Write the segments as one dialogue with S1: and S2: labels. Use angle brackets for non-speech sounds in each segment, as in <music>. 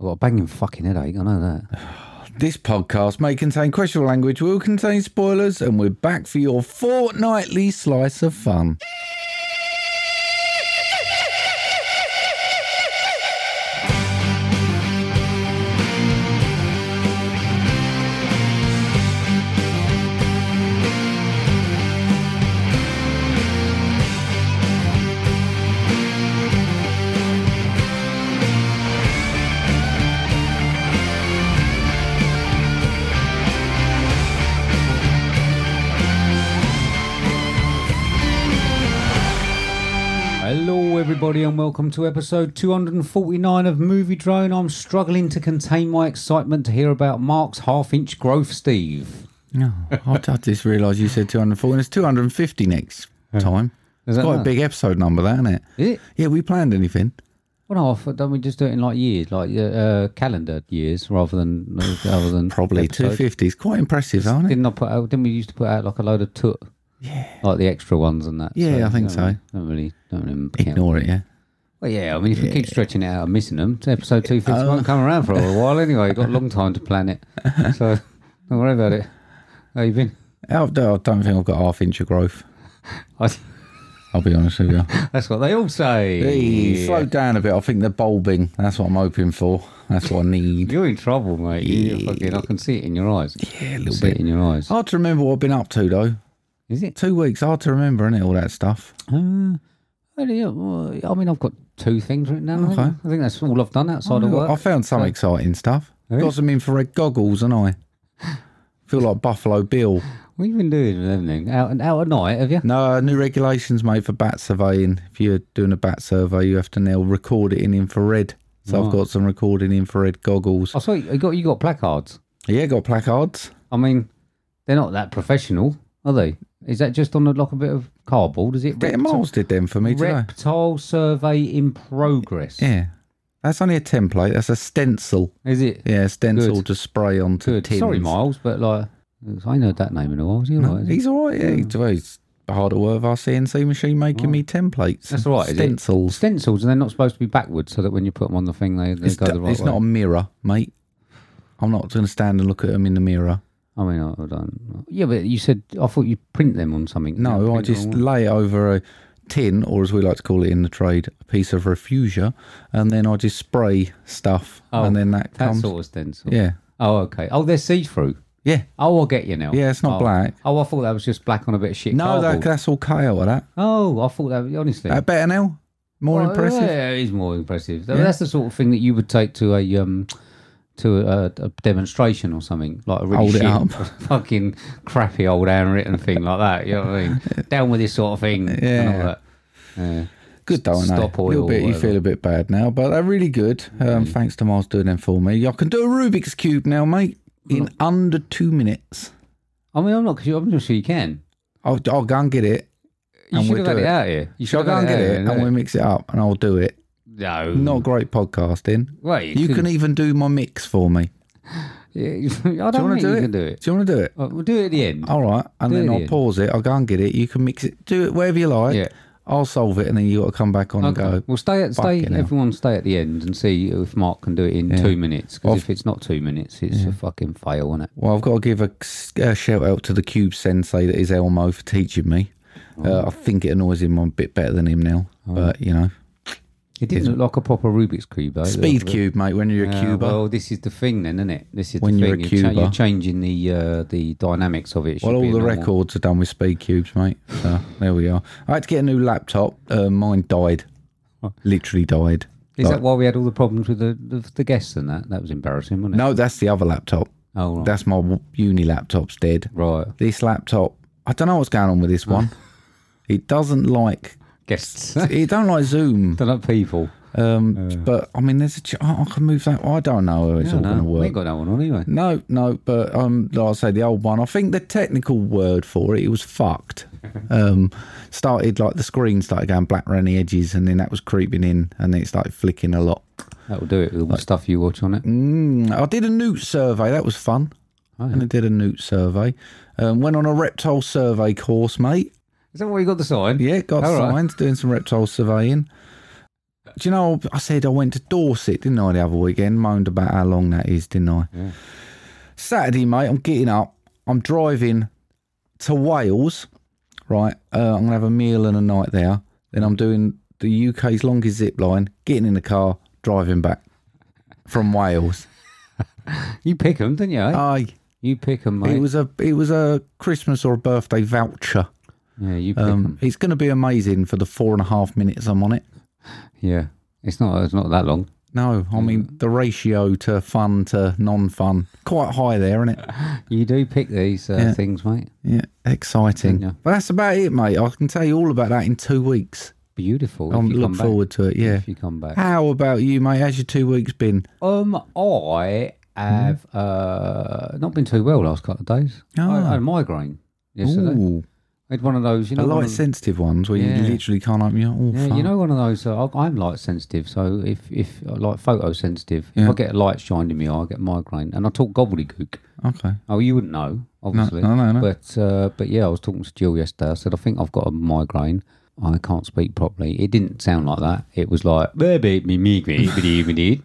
S1: I've got a banging fucking headache. I know that.
S2: This podcast may contain questionable language, will contain spoilers, and we're back for your fortnightly slice of fun.
S1: Hello, everybody, and welcome to episode 249 of Movie Drone. I'm struggling to contain my excitement to hear about Mark's half inch growth, Steve.
S2: No, Oh, I, I just realised you said 240, it's 250 next time.
S1: Is
S2: It's
S1: that
S2: quite a
S1: right?
S2: big episode number, that, isn't it?
S1: Is it?
S2: Yeah, we planned anything.
S1: Well, no, I thought, don't we just do it in like years, like uh, uh, calendar years, rather than uh, rather than
S2: Probably
S1: episodes?
S2: 250 is quite impressive, aren't it?
S1: Didn't I put out? Didn't we used to put out like a load of took? Yeah. Like the extra ones and that.
S2: Yeah, I think
S1: don't
S2: so.
S1: really- Don't really, don't really count.
S2: Ignore it, yeah.
S1: Well, yeah. I mean, if we keep stretching it out and missing them, to episode two fifty
S2: Oh.
S1: won't come around for a little while anyway. You've got a
S2: <laughs>
S1: long time to plan it, so don't worry about it. How you been?
S2: I don't think I've got half inch of growth.
S1: I-
S2: I'll be
S1: <laughs>
S2: honest with you.
S1: That's what they all say.
S2: Hey, slow down a bit. I think they're bulbing. That's what I'm hoping for. That's what I need.
S1: You're in trouble, mate. You're fucking, I can see it in your eyes.
S2: Yeah, a
S1: I can
S2: little
S1: see it
S2: bit. Oh.
S1: in your eyes.
S2: Hard to remember what I've been up to though.
S1: Is it?
S2: Two weeks, hard to remember, isn't it? All that stuff.
S1: Uh, I mean, I've got two things written down. I think.
S2: Okay. Oh,
S1: I think that's all I've done outside of work.
S2: I found some exciting stuff.
S1: Really?
S2: Got some infrared goggles, and I feel like Buffalo Bill.
S1: What have you been doing with everything? Out and out at night, have you?
S2: No, uh, new regulations made for bat surveying. If you're doing a bat survey, you have to now record it in infrared. So I've got some recording infrared goggles.
S1: I saw you you got you got placards.
S2: Yeah, got placards.
S1: I mean, they're not that professional, are they? Is that just on a, like a bit of cardboard? Is it
S2: Bit of
S1: repti-
S2: Miles did them for me today.
S1: reptile survey in progress?
S2: Yeah. That's only a template. That's a stencil.
S1: Is it
S2: Yeah, a stencil
S1: Good.
S2: to spray onto
S1: good?
S2: tins.
S1: Sorry, Miles, but like I ain't heard that name in a while. Is he all right?
S2: He's all right. Yeah, he's, well, he's hard at work with our CNC machine making me templates.
S1: That's all right, is it?
S2: Stencils.
S1: Stencils, and they're not supposed to be backwards, so that when you put them on the thing, they, they
S2: It's,
S1: go the right
S2: it's
S1: way.
S2: not a mirror, mate. I'm not going to stand and look at them in the mirror.
S1: I mean, I, I don't. Yeah, but you said I thought you print them on something.
S2: No,
S1: You
S2: I
S1: print them
S2: just
S1: on-
S2: lay it over a tin, or as we like to call it in the trade, a piece of refugia, and then I just spray stuff,
S1: Oh,
S2: and then that,
S1: that
S2: comes.
S1: sort of stencil.
S2: Yeah,
S1: Oh, okay. Oh, they're see-through.
S2: yeah,
S1: Oh, I'll get you now.
S2: yeah. It's not
S1: Oh.
S2: black.
S1: Oh, I thought that was just black on a bit of shit.
S2: No, that,
S1: cardboard.
S2: that's all cut out of that.
S1: Oh, I thought that honestly.
S2: That better now. More
S1: Well,
S2: impressive.
S1: Yeah, it is more impressive. Th- That's the sort of thing that you would take to a um to a, a demonstration or something like a really
S2: Hold it
S1: shit,
S2: up.
S1: <laughs> fucking crappy old handwritten thing like that. You know what I
S2: <laughs>
S1: mean? Down with this sort of thing. and all
S2: Yeah.
S1: that. Yeah.
S2: Good though, I know.
S1: Stop
S2: a
S1: oil
S2: little
S1: or
S2: bit. You
S1: whatever. Mm.
S2: feel a bit bad now, but they're really good. Um, Thanks to Miles doing them for me. I can do a Rubik's cube now, mate, in under two minutes.
S1: I mean, I'm not. sure- I'm not sure you can.
S2: I'll, I'll go and get it.
S1: You
S2: And
S1: should
S2: we'll
S1: have had
S2: do
S1: it
S2: it.
S1: out here. You
S2: I'll
S1: should
S2: go
S1: have
S2: and get
S1: had
S2: it,
S1: out
S2: and
S1: here.
S2: we mix it up, and I'll do it.
S1: No,
S2: Not great podcasting.
S1: Wait,
S2: You can even do my mix for me.
S1: can. <laughs> I
S2: Do you
S1: don't
S2: want
S1: think
S2: to do
S1: you
S2: it? Oh,
S1: can do it.
S2: Do you want to do it?
S1: Uh, We'll do it at the end.
S2: All right, and
S1: Do it
S2: then I'll
S1: then.
S2: pause it. I'll go and get it. You can mix it. Do it wherever you like.
S1: Yeah.
S2: I'll solve it, and then you got to come back on and go.
S1: Well, stay at stay.
S2: Fucking hell.
S1: Everyone stay at the end and see if Mark can do it in two minutes. Because if it's not two minutes, it's a fucking fail, isn't it?
S2: Well, I've got to give a, s- a shout out to the Cube Sensei that is Elmo for teaching me.
S1: Oh.
S2: Uh, I think it annoys him. I'm a bit better than him now, but you know,
S1: It didn't look like a proper Rubik's cube, though.
S2: speed cube, mate. When you're a
S1: Uh,
S2: cuber, well,
S1: well, this is the thing, then, isn't it? This is
S2: When
S1: the
S2: you're
S1: thing.
S2: a
S1: you're,
S2: cuber.
S1: you're changing the uh, the dynamics of it. it. should be
S2: all
S1: a
S2: the
S1: normal-
S2: records are done with speed cubes, mate. So there we are. I had to get a new laptop. Uh, mine died, literally died.
S1: Is that why we had all the problems with the the, the guests and that? That was embarrassing, wasn't it?
S2: No, that's the other laptop.
S1: Oh, right.
S2: That's my w- uni laptop's dead.
S1: right.
S2: This laptop, I don't know what's going on with
S1: <laughs>
S2: this one. it doesn't like,
S1: Guests. <laughs>
S2: it don't like Zoom.
S1: They're not people.
S2: Um,
S1: <laughs>
S2: but I mean, there's a ch- I I can move that. I don't know how it's all going
S1: no,
S2: to
S1: we
S2: work.
S1: ain't got no one on anyway.
S2: No, no, but um, like I say, the old one. I think the technical word for it, it was fucked. Um, started like the screen started going black around the edges, and then that was creeping in, and then it started flicking a lot.
S1: That'll do it with all the stuff you watch on it.
S2: Mm, I did a newt survey. That was fun. And I did a newt survey. Um, went on a reptile survey course, mate.
S1: Is that why you got the sign?
S2: Yeah, got
S1: All right.
S2: signs, doing some reptile surveying. do you know, I said I went to Dorset, didn't I, the other weekend? Moaned about how long that is, didn't I? Saturday, mate, I'm getting up. I'm driving to Wales, right? Uh, I'm going to have a meal and a night there. Then I'm doing the UK's longest zip line, getting in the car, driving back
S1: <laughs>
S2: from Wales.
S1: You pick them, didn't you? eh?
S2: Aye.
S1: you pick them, mate.
S2: Uh, It was a it was a Christmas or a birthday voucher.
S1: yeah, you pick them.
S2: Um, it's going to be amazing for the four and a half minutes I'm on it.
S1: Yeah, it's not. It's not that long.
S2: No, I mean the ratio to fun to non-fun quite high there, isn't it?
S1: You do pick these uh, things, mate.
S2: Yeah, exciting.
S1: Yeah.
S2: But that's about it, mate. I can tell you all about that in two weeks.
S1: Beautiful.
S2: I
S1: if you
S2: look
S1: come back.
S2: forward to it. Yeah.
S1: If you come back.
S2: How about you, mate? How's your two weeks been?
S1: Um, I have
S2: Hmm?
S1: uh, not been too well last couple of days. I, I had a migraine yesterday.
S2: Ah. Oh, Ooh,
S1: I had one of those, you
S2: the
S1: know, one
S2: light
S1: of-
S2: sensitive ones where
S1: Yeah.
S2: you literally can't open your. Oh,
S1: yeah, you
S2: fuck.
S1: know, one of those. Uh, I- I'm light sensitive, so if if like photosensitive, if I get a light shined in me, I get migraine, and I talk gobbledygook.
S2: Okay.
S1: Oh, you wouldn't know, obviously.
S2: no, no, no.
S1: But uh, but yeah, I was talking to Jill yesterday. I said I think I've got a migraine. I can't speak properly. It didn't sound like that. It was like baby me me me me me, me.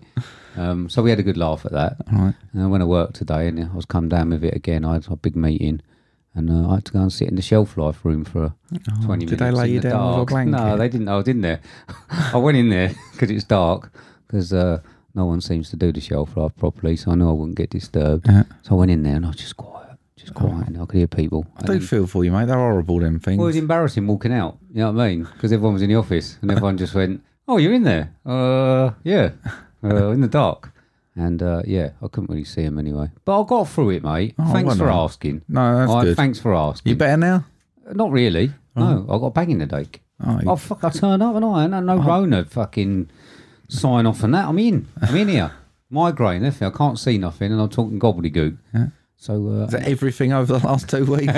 S1: Um, so we had a good laugh at that.
S2: Right.
S1: And I went to work today, and I was come down with it again. I had a big meeting, and uh, I had to go and sit in the shelf life room for twenty minutes.
S2: Oh, did they lay
S1: in
S2: you
S1: the
S2: down with a
S1: dark. No,
S2: blanket?
S1: they didn't. I was in there. I went in there <laughs> because it's dark, because uh, no one seems to do the shelf life properly, so I knew I wouldn't get disturbed. So I went in there, and I was just quiet, just quiet, and I could hear people.
S2: Oh. I do feel for you, mate. They're horrible. Them things.
S1: Well, it was embarrassing walking out. You know what I mean? Because everyone was in the office, and everyone just went, "Oh, you're in there? Uh,
S2: <laughs>
S1: yeah, uh, in the dark." And uh, yeah, I couldn't really see him anyway. But I got through it, mate.
S2: Oh,
S1: thanks for
S2: wonderful.
S1: asking.
S2: No, that's
S1: Oh, I,
S2: good.
S1: Thanks for
S2: you Uh-huh.
S1: asking.
S2: better now.
S1: Not really. No, I got a bang in the dake.
S2: Oh, you-
S1: <laughs>
S2: Oh.
S1: Oh fuck! I turned up and I and no Rona fucking sign off on that. I'm in. I'm in here. Migraine. Nothing. I can't see nothing, and I'm talking gobbledygook. So uh,
S2: Is that everything over the last
S1: <laughs>
S2: two weeks?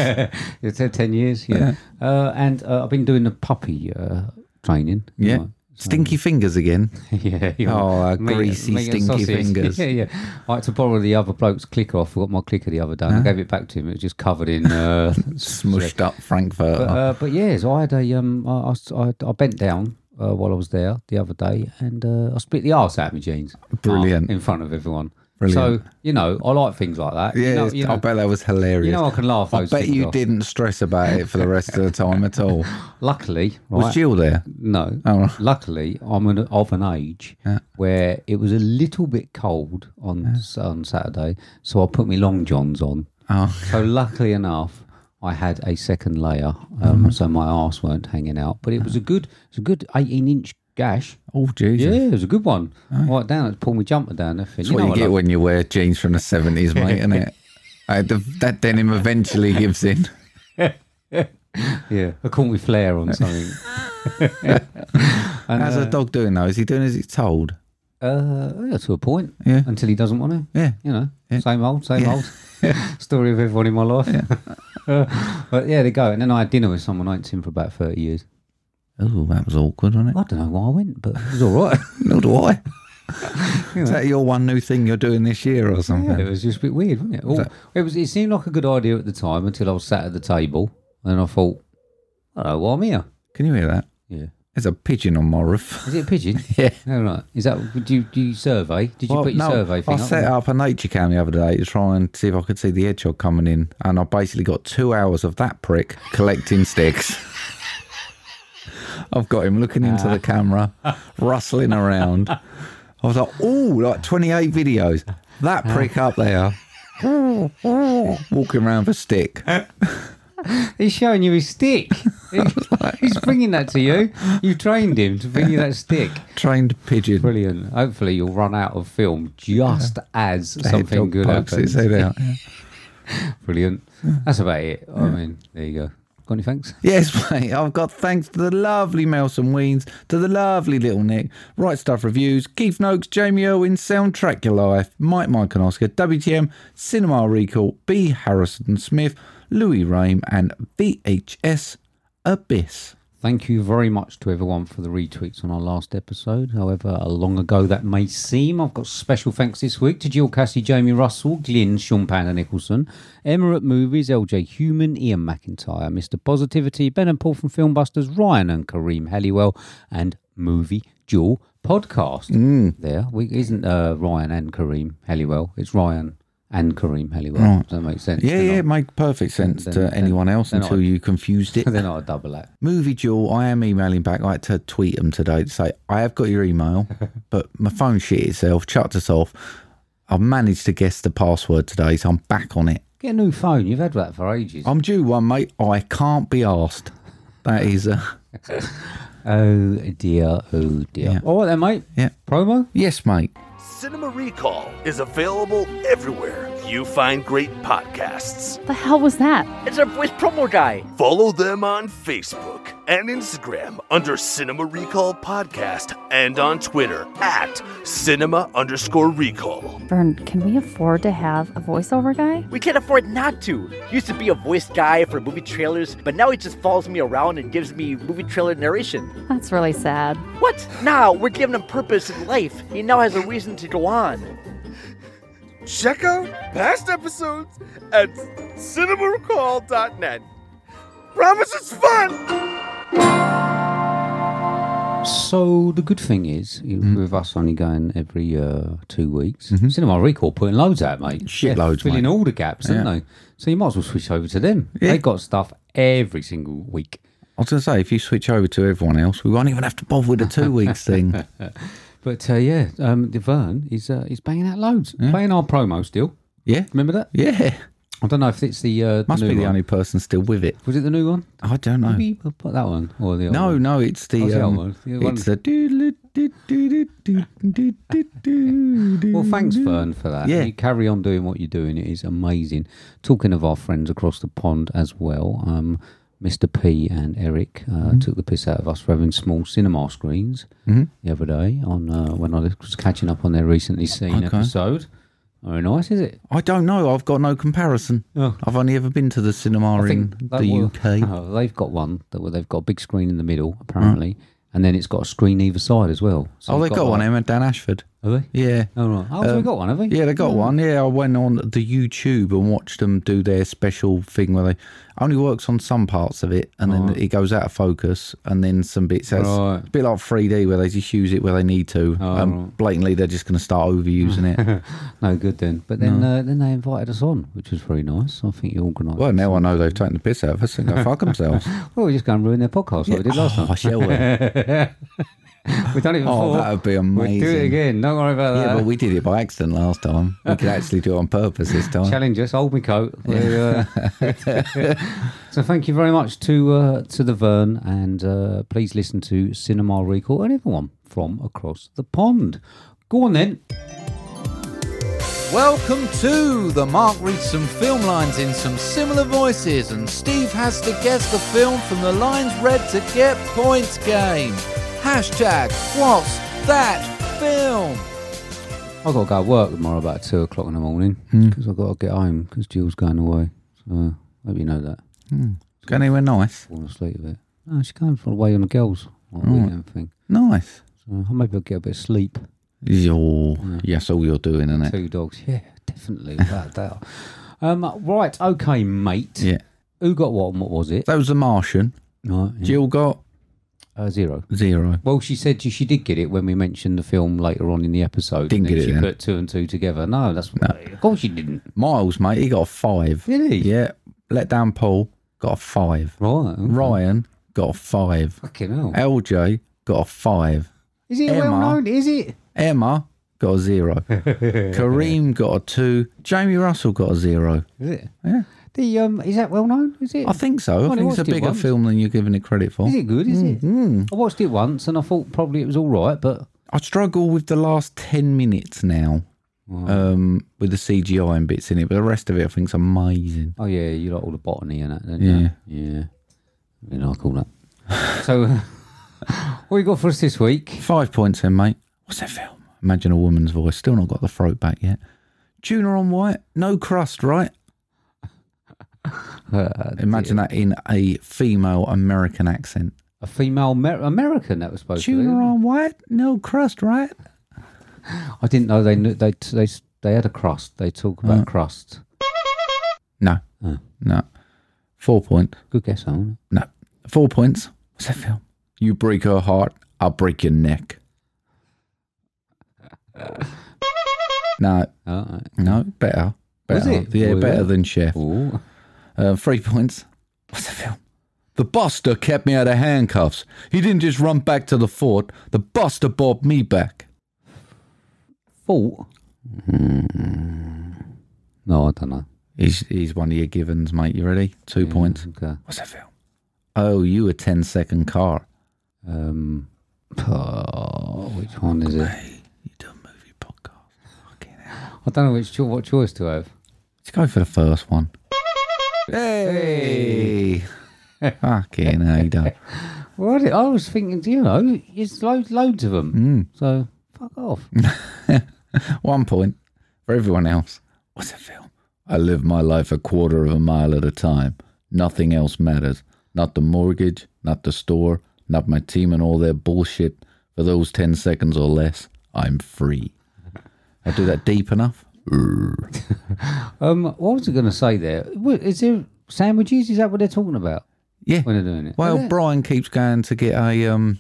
S1: it's uh, 10 years, yeah. uh, and uh, I've been doing the puppy uh, training.
S2: yeah. Stinky fingers again.
S1: <laughs> yeah. you
S2: Oh,
S1: know,
S2: uh, greasy,
S1: and
S2: stinky
S1: <laughs> sausage.
S2: fingers.
S1: yeah, yeah. I had to borrow the other bloke's clicker. I forgot my clicker the other day and I gave it back to him. It was just covered in. Uh,
S2: <laughs>
S1: <laughs>
S2: Smushed up Frankfurt.
S1: but, uh, but yeah, so I had a. Um, I, I, I bent down. Uh, while I was there the other day, and uh, I split the arse out of my jeans.
S2: Brilliant.
S1: Uh, in front of everyone.
S2: Brilliant.
S1: So you know, I like things like that.
S2: yeah,
S1: you know,
S2: it's-
S1: you know,
S2: I bet that was hilarious.
S1: you know I can laugh.
S2: I
S1: those
S2: bet
S1: things
S2: you
S1: off.
S2: didn't stress about it for the rest of the time
S1: <laughs>
S2: at all.
S1: Luckily, right,
S2: Was Jill there?
S1: No.
S2: Oh, right.
S1: Luckily, I'm an, of an age where it was a little bit cold on s- on Saturday, so I put my long johns on.
S2: Oh,
S1: So luckily enough, I had a second layer, um, so my arse weren't hanging out. But it was a good, it was a good 18 inch gash.
S2: oh
S1: Yeah,
S2: Jesus.
S1: it was a good one. Right down, it pulled my jumper down. That's
S2: That's what you get when you wear jeans from the 70s, mate,
S1: <laughs>
S2: isn't it? Uh, the, that denim eventually gives in.
S1: <laughs> Yeah, I caught me flare on something.
S2: How's a dog doing though? Is he doing as he's told?
S1: <laughs> Uh, yeah, to a point.
S2: Yeah.
S1: Until he doesn't want to.
S2: Yeah.
S1: You know, same old, same old <laughs> story of everyone in my life. <laughs> Uh, but yeah, they go. And then I had dinner with someone I hadn't seen for about 30 years.
S2: Oh, that was awkward, wasn't it?
S1: I don't know why I went, but it was all right.
S2: Nor
S1: <laughs>
S2: do I. Is that your one new thing you're doing this year or something?
S1: it was just a bit weird, wasn't it? All, it was. It seemed like a good idea at the time until I was sat at the table and I thought, I don't know why I'm here.
S2: Can you hear that?
S1: Yeah.
S2: There's a pigeon on my roof.
S1: Is it a
S2: <laughs>
S1: pigeon? yeah. All right. Is that, do you, do you survey? Did you
S2: Well,
S1: put your
S2: no,
S1: survey thing
S2: I set up a nature cam the other day to try and see if I could see the hedgehog coming in, and I basically got two hours of that prick collecting sticks. I've got him looking into the camera, rustling around. I was like, "Ooh, like 28 videos. That prick up there, walking around with a stick."
S1: He's showing you his
S2: <laughs>
S1: stick. He- He's bringing that to you. You trained him to bring you that stick.
S2: Trained pigeon.
S1: Brilliant. Hopefully, you'll run out of film just as something
S2: Hedgehog
S1: good
S2: pokes its
S1: happens.
S2: head out.
S1: Brilliant. That's about it. I mean, there you go. Got any thanks?
S2: Yes, <laughs> mate. I've got thanks to the lovely Melson Weens, to the lovely little Nick, Right Stuff Reviews, Keith Noakes, Jamie Irwin, Soundtrack Your Life, Mike Mike and Oscar, WTM, Cinema Recall, B. Harrison Smith, Louis Rame, and VHS Abyss.
S1: Thank you very much to everyone for the retweets on our last episode. However long ago that may seem, I've got special thanks this week to Jill Cassie, Jamie Russell, Glyn, Sean Panner Nicholson, Emirate Movies, LJ Human, Ian McIntyre, Mr. Positivity, Ben and Paul from Filmbusters, Ryan and Kareem Halliwell, and Movie Jewel podcast there. We, isn't uh, Ryan and Kareem Halliwell? It's Ryan and Kareem Halliwell. Does that make sense?
S2: Yeah,
S1: They're
S2: yeah,
S1: not-
S2: it made perfect sense
S1: then-
S2: to
S1: then-
S2: anyone else
S1: then
S2: until
S1: I-
S2: you confused
S1: <laughs>
S2: it.
S1: They're not a double act.
S2: Movie Jewel, I am emailing back. I had to tweet them today to say, I have got your
S1: <laughs>
S2: email, but my phone shit itself, chucked us off. I managed to guess the password today, so I'm back on it.
S1: Get a new phone. You've had that for ages.
S2: I'm due one, mate. I can't be asked. That is, uh,
S1: Oh dear, oh dear.
S2: Yeah.
S1: All right then, mate.
S2: yeah.
S1: Promo?
S2: Yes, mate.
S3: Cinema Recall is available everywhere you find great podcasts.
S4: The hell was that?
S5: It's a it's promo guy.
S3: Follow them on Facebook and Instagram under Cinema Recall Podcast and on Twitter at cinema underscore recall.
S4: Vern, can we afford to have a voiceover guy?
S5: We can't afford not to. He used to be a voice guy for movie trailers, but now he just follows me around and gives me movie trailer narration.
S4: That's really sad.
S5: What? Now we're giving him purpose in life. He now has a reason to go on.
S3: Check out past episodes at cinemarecall.net. Promise it's fun!
S1: So the good thing is, you-
S2: Mm-hmm.
S1: with us only going every uh, two weeks, Cinema Recall putting loads out, mate.
S2: Shit
S1: They're
S2: loads,
S1: filling
S2: mate.
S1: all the gaps, aren't they? So you might as well switch over to them. They got stuff every single week.
S2: I was going to say, if you switch over to everyone else, we won't even have to bother with the two weeks
S1: <laughs>
S2: thing.
S1: But uh, yeah, um, the Vern is uh, is banging out loads, playing our promo still.
S2: Yeah.
S1: Remember that?
S2: Yeah.
S1: I don't know if it's the uh,
S2: Must
S1: new
S2: be the
S1: one.
S2: only person still with it.
S1: Was it the new one?
S2: I don't know.
S1: Maybe we'll put that one or the old
S2: No,
S1: one.
S2: no, it's the.
S1: What's the
S2: um,
S1: other one? The one-
S2: it's the. do-do-do-do-do-do-do-do-do.
S1: Well, thanks, Fern, for that.
S2: Mm-hmm. Yeah.
S1: You carry on doing what you're doing. It is amazing. Talking of our friends across the pond as well, um, Mr. P and Eric uh,
S2: Mm-hmm.
S1: took the piss out of us for having small cinema screens the other day on uh, when I was catching up on their recently seen
S2: Okay.
S1: episode. Very nice, is it?
S2: I don't know. I've got no comparison.
S1: Oh.
S2: I've only ever been to the cinema in
S1: that
S2: the
S1: will- <laughs>
S2: UK.
S1: Oh, they've got one that well, they've got a big screen in the middle apparently, and then it's got a screen either side as well. So
S2: Mm. oh,
S1: you've
S2: they've got, one. Um,
S1: like-
S2: Emma Dan Ashford.
S1: Have they?
S2: Yeah.
S1: Oh, right. Oh, so we got one, have we?
S2: Yeah, they got one. Yeah, I went on the YouTube and watched them do their special thing where they only works on some parts of it, and then it goes out of focus, and then some bits. That's
S1: Right. Oh,
S2: a bit like 3D where they just use it where they need to. and blatantly, they're just going to start overusing
S1: <laughs>
S2: it.
S1: No good then. But then uh, then they invited us on, which was very nice. I think you organised.
S2: Well, now I know they've taken the piss out of us and go
S1: <laughs>
S2: fuck themselves.
S1: Well, we're just going to ruin their podcast like we did last
S2: <laughs> oh, I
S1: time. <laughs>
S2: shall we?
S1: We've done it before.
S2: <laughs> Oh, that would be amazing.
S1: We'll do it again. Don't worry about that.
S2: Yeah, but we did it by accident last time. We could actually do it on
S1: <laughs>
S2: purpose this time.
S1: Challenge us. Hold me coat. We, uh,
S2: <laughs>
S1: so thank you very much to uh, to the Vern, and uh, please listen to Cinema Recall and everyone from across the pond. Go on then.
S6: Welcome to the Mark reads some film lines in some similar voices, and Steve has to guess the film from the lines read to get points game. Hashtag what's that film?
S1: I've got to go to work tomorrow about two o'clock in the morning
S2: Hmm.
S1: because I've got to get home because Jill's going away. So I hope you know that.
S2: Go anywhere nice?
S1: falling asleep a bit. No, she's going for away on the girls on the
S2: Hmm.
S1: weekend thing.
S2: Nice.
S1: So maybe I'll get a bit of sleep.
S2: Yo, Yes, all you're doing, isn't it?
S1: Two dogs, yeah, definitely, without a doubt. Um, right, okay, mate.
S2: Yeah.
S1: Who got what and what was it?
S2: That was The Martian.
S1: Right, yeah.
S2: Jill got
S1: uh, zero.
S2: zero.
S1: Well, she said she, she did get it when we mentioned the film later on in the episode.
S2: Didn't
S1: and then
S2: get it
S1: She
S2: then.
S1: put two and two together. No, that's of course she didn't.
S2: Miles, mate, he got a five.
S1: Did he?
S2: Yeah. Let down Paul, got a five.
S1: Right, okay.
S2: Ryan got a five.
S1: Fucking hell.
S2: LJ got a five.
S1: Is it well
S2: Uh, Emma.
S1: known? Is it?
S2: Emma got a zero. Kareem got a two. Jamie Russell got a zero.
S1: Is it?
S2: Yeah.
S1: The um, is that well known? Is it?
S2: I think so.
S1: Well,
S2: I
S1: it
S2: think it's
S1: was
S2: a
S1: did
S2: bigger
S1: once.
S2: film Hmm. than you're giving it credit for.
S1: Is it good? Is it? I watched it once and I thought probably it was all right, but
S2: I struggle with the last 10 minutes now um, with the CGI and bits in it, but the rest of it I think's amazing.
S1: Oh yeah, you like all the botany and that, don't
S2: Yeah.
S1: you? Yeah. You know, I call that. <laughs> so, what you got for us this week?
S2: Five points then, mate. What's that film? Imagine a woman's voice. Still not got the throat back yet. Tuna on white, no crust, right? Imagine that in a female American accent.
S1: A female Amer- American that was supposed
S2: Tuna
S1: to.
S2: on white, no crust, right?
S1: Be. I didn't know they knew they they they had a crust. They talk about crust.
S2: No,
S1: Oh.
S2: no. Four points.
S1: Good guess, Alan.
S2: No, four points. What's that film? You break her heart, I'll break your neck. <laughs> No,
S1: Oh,
S2: no, better. better.
S1: Was it?
S2: Yeah,
S1: Was
S2: better
S1: it?
S2: than Chef.
S1: oh.
S2: Uh, three points. What's the film? The buster kept me out of handcuffs. He didn't just run back to the fort. The buster brought me back.
S1: Fault? Hmm. No, I don't know.
S2: He's, he's one of your givens, mate. You ready? Two points.
S1: Okay.
S2: What's that film? Oh, you a 10 second car.
S1: Um, <sighs> oh, which one is it?
S2: You do a movie podcast.
S1: I don't know which cho- what choice to have.
S2: Let's go for the first one. Hey! <laughs> Fucking hell, you <laughs> don't.
S1: Well, I did- I was thinking, you know, there's loads, loads of
S2: Hmm.
S1: them. So fuck off.
S2: One point for everyone else. What's a film? I live my life a quarter of a mile at a time. Nothing else matters. Not the mortgage, not the store, not my team and all their bullshit. For those 10 seconds or less, I'm free. I do that deep enough? Urgh. Hmm.
S1: Um, what was I going to say there? What- Is there sandwiches? Is that what they're talking about
S2: Yeah.
S1: when they're doing it?
S2: Well, Brian keeps going to get a um,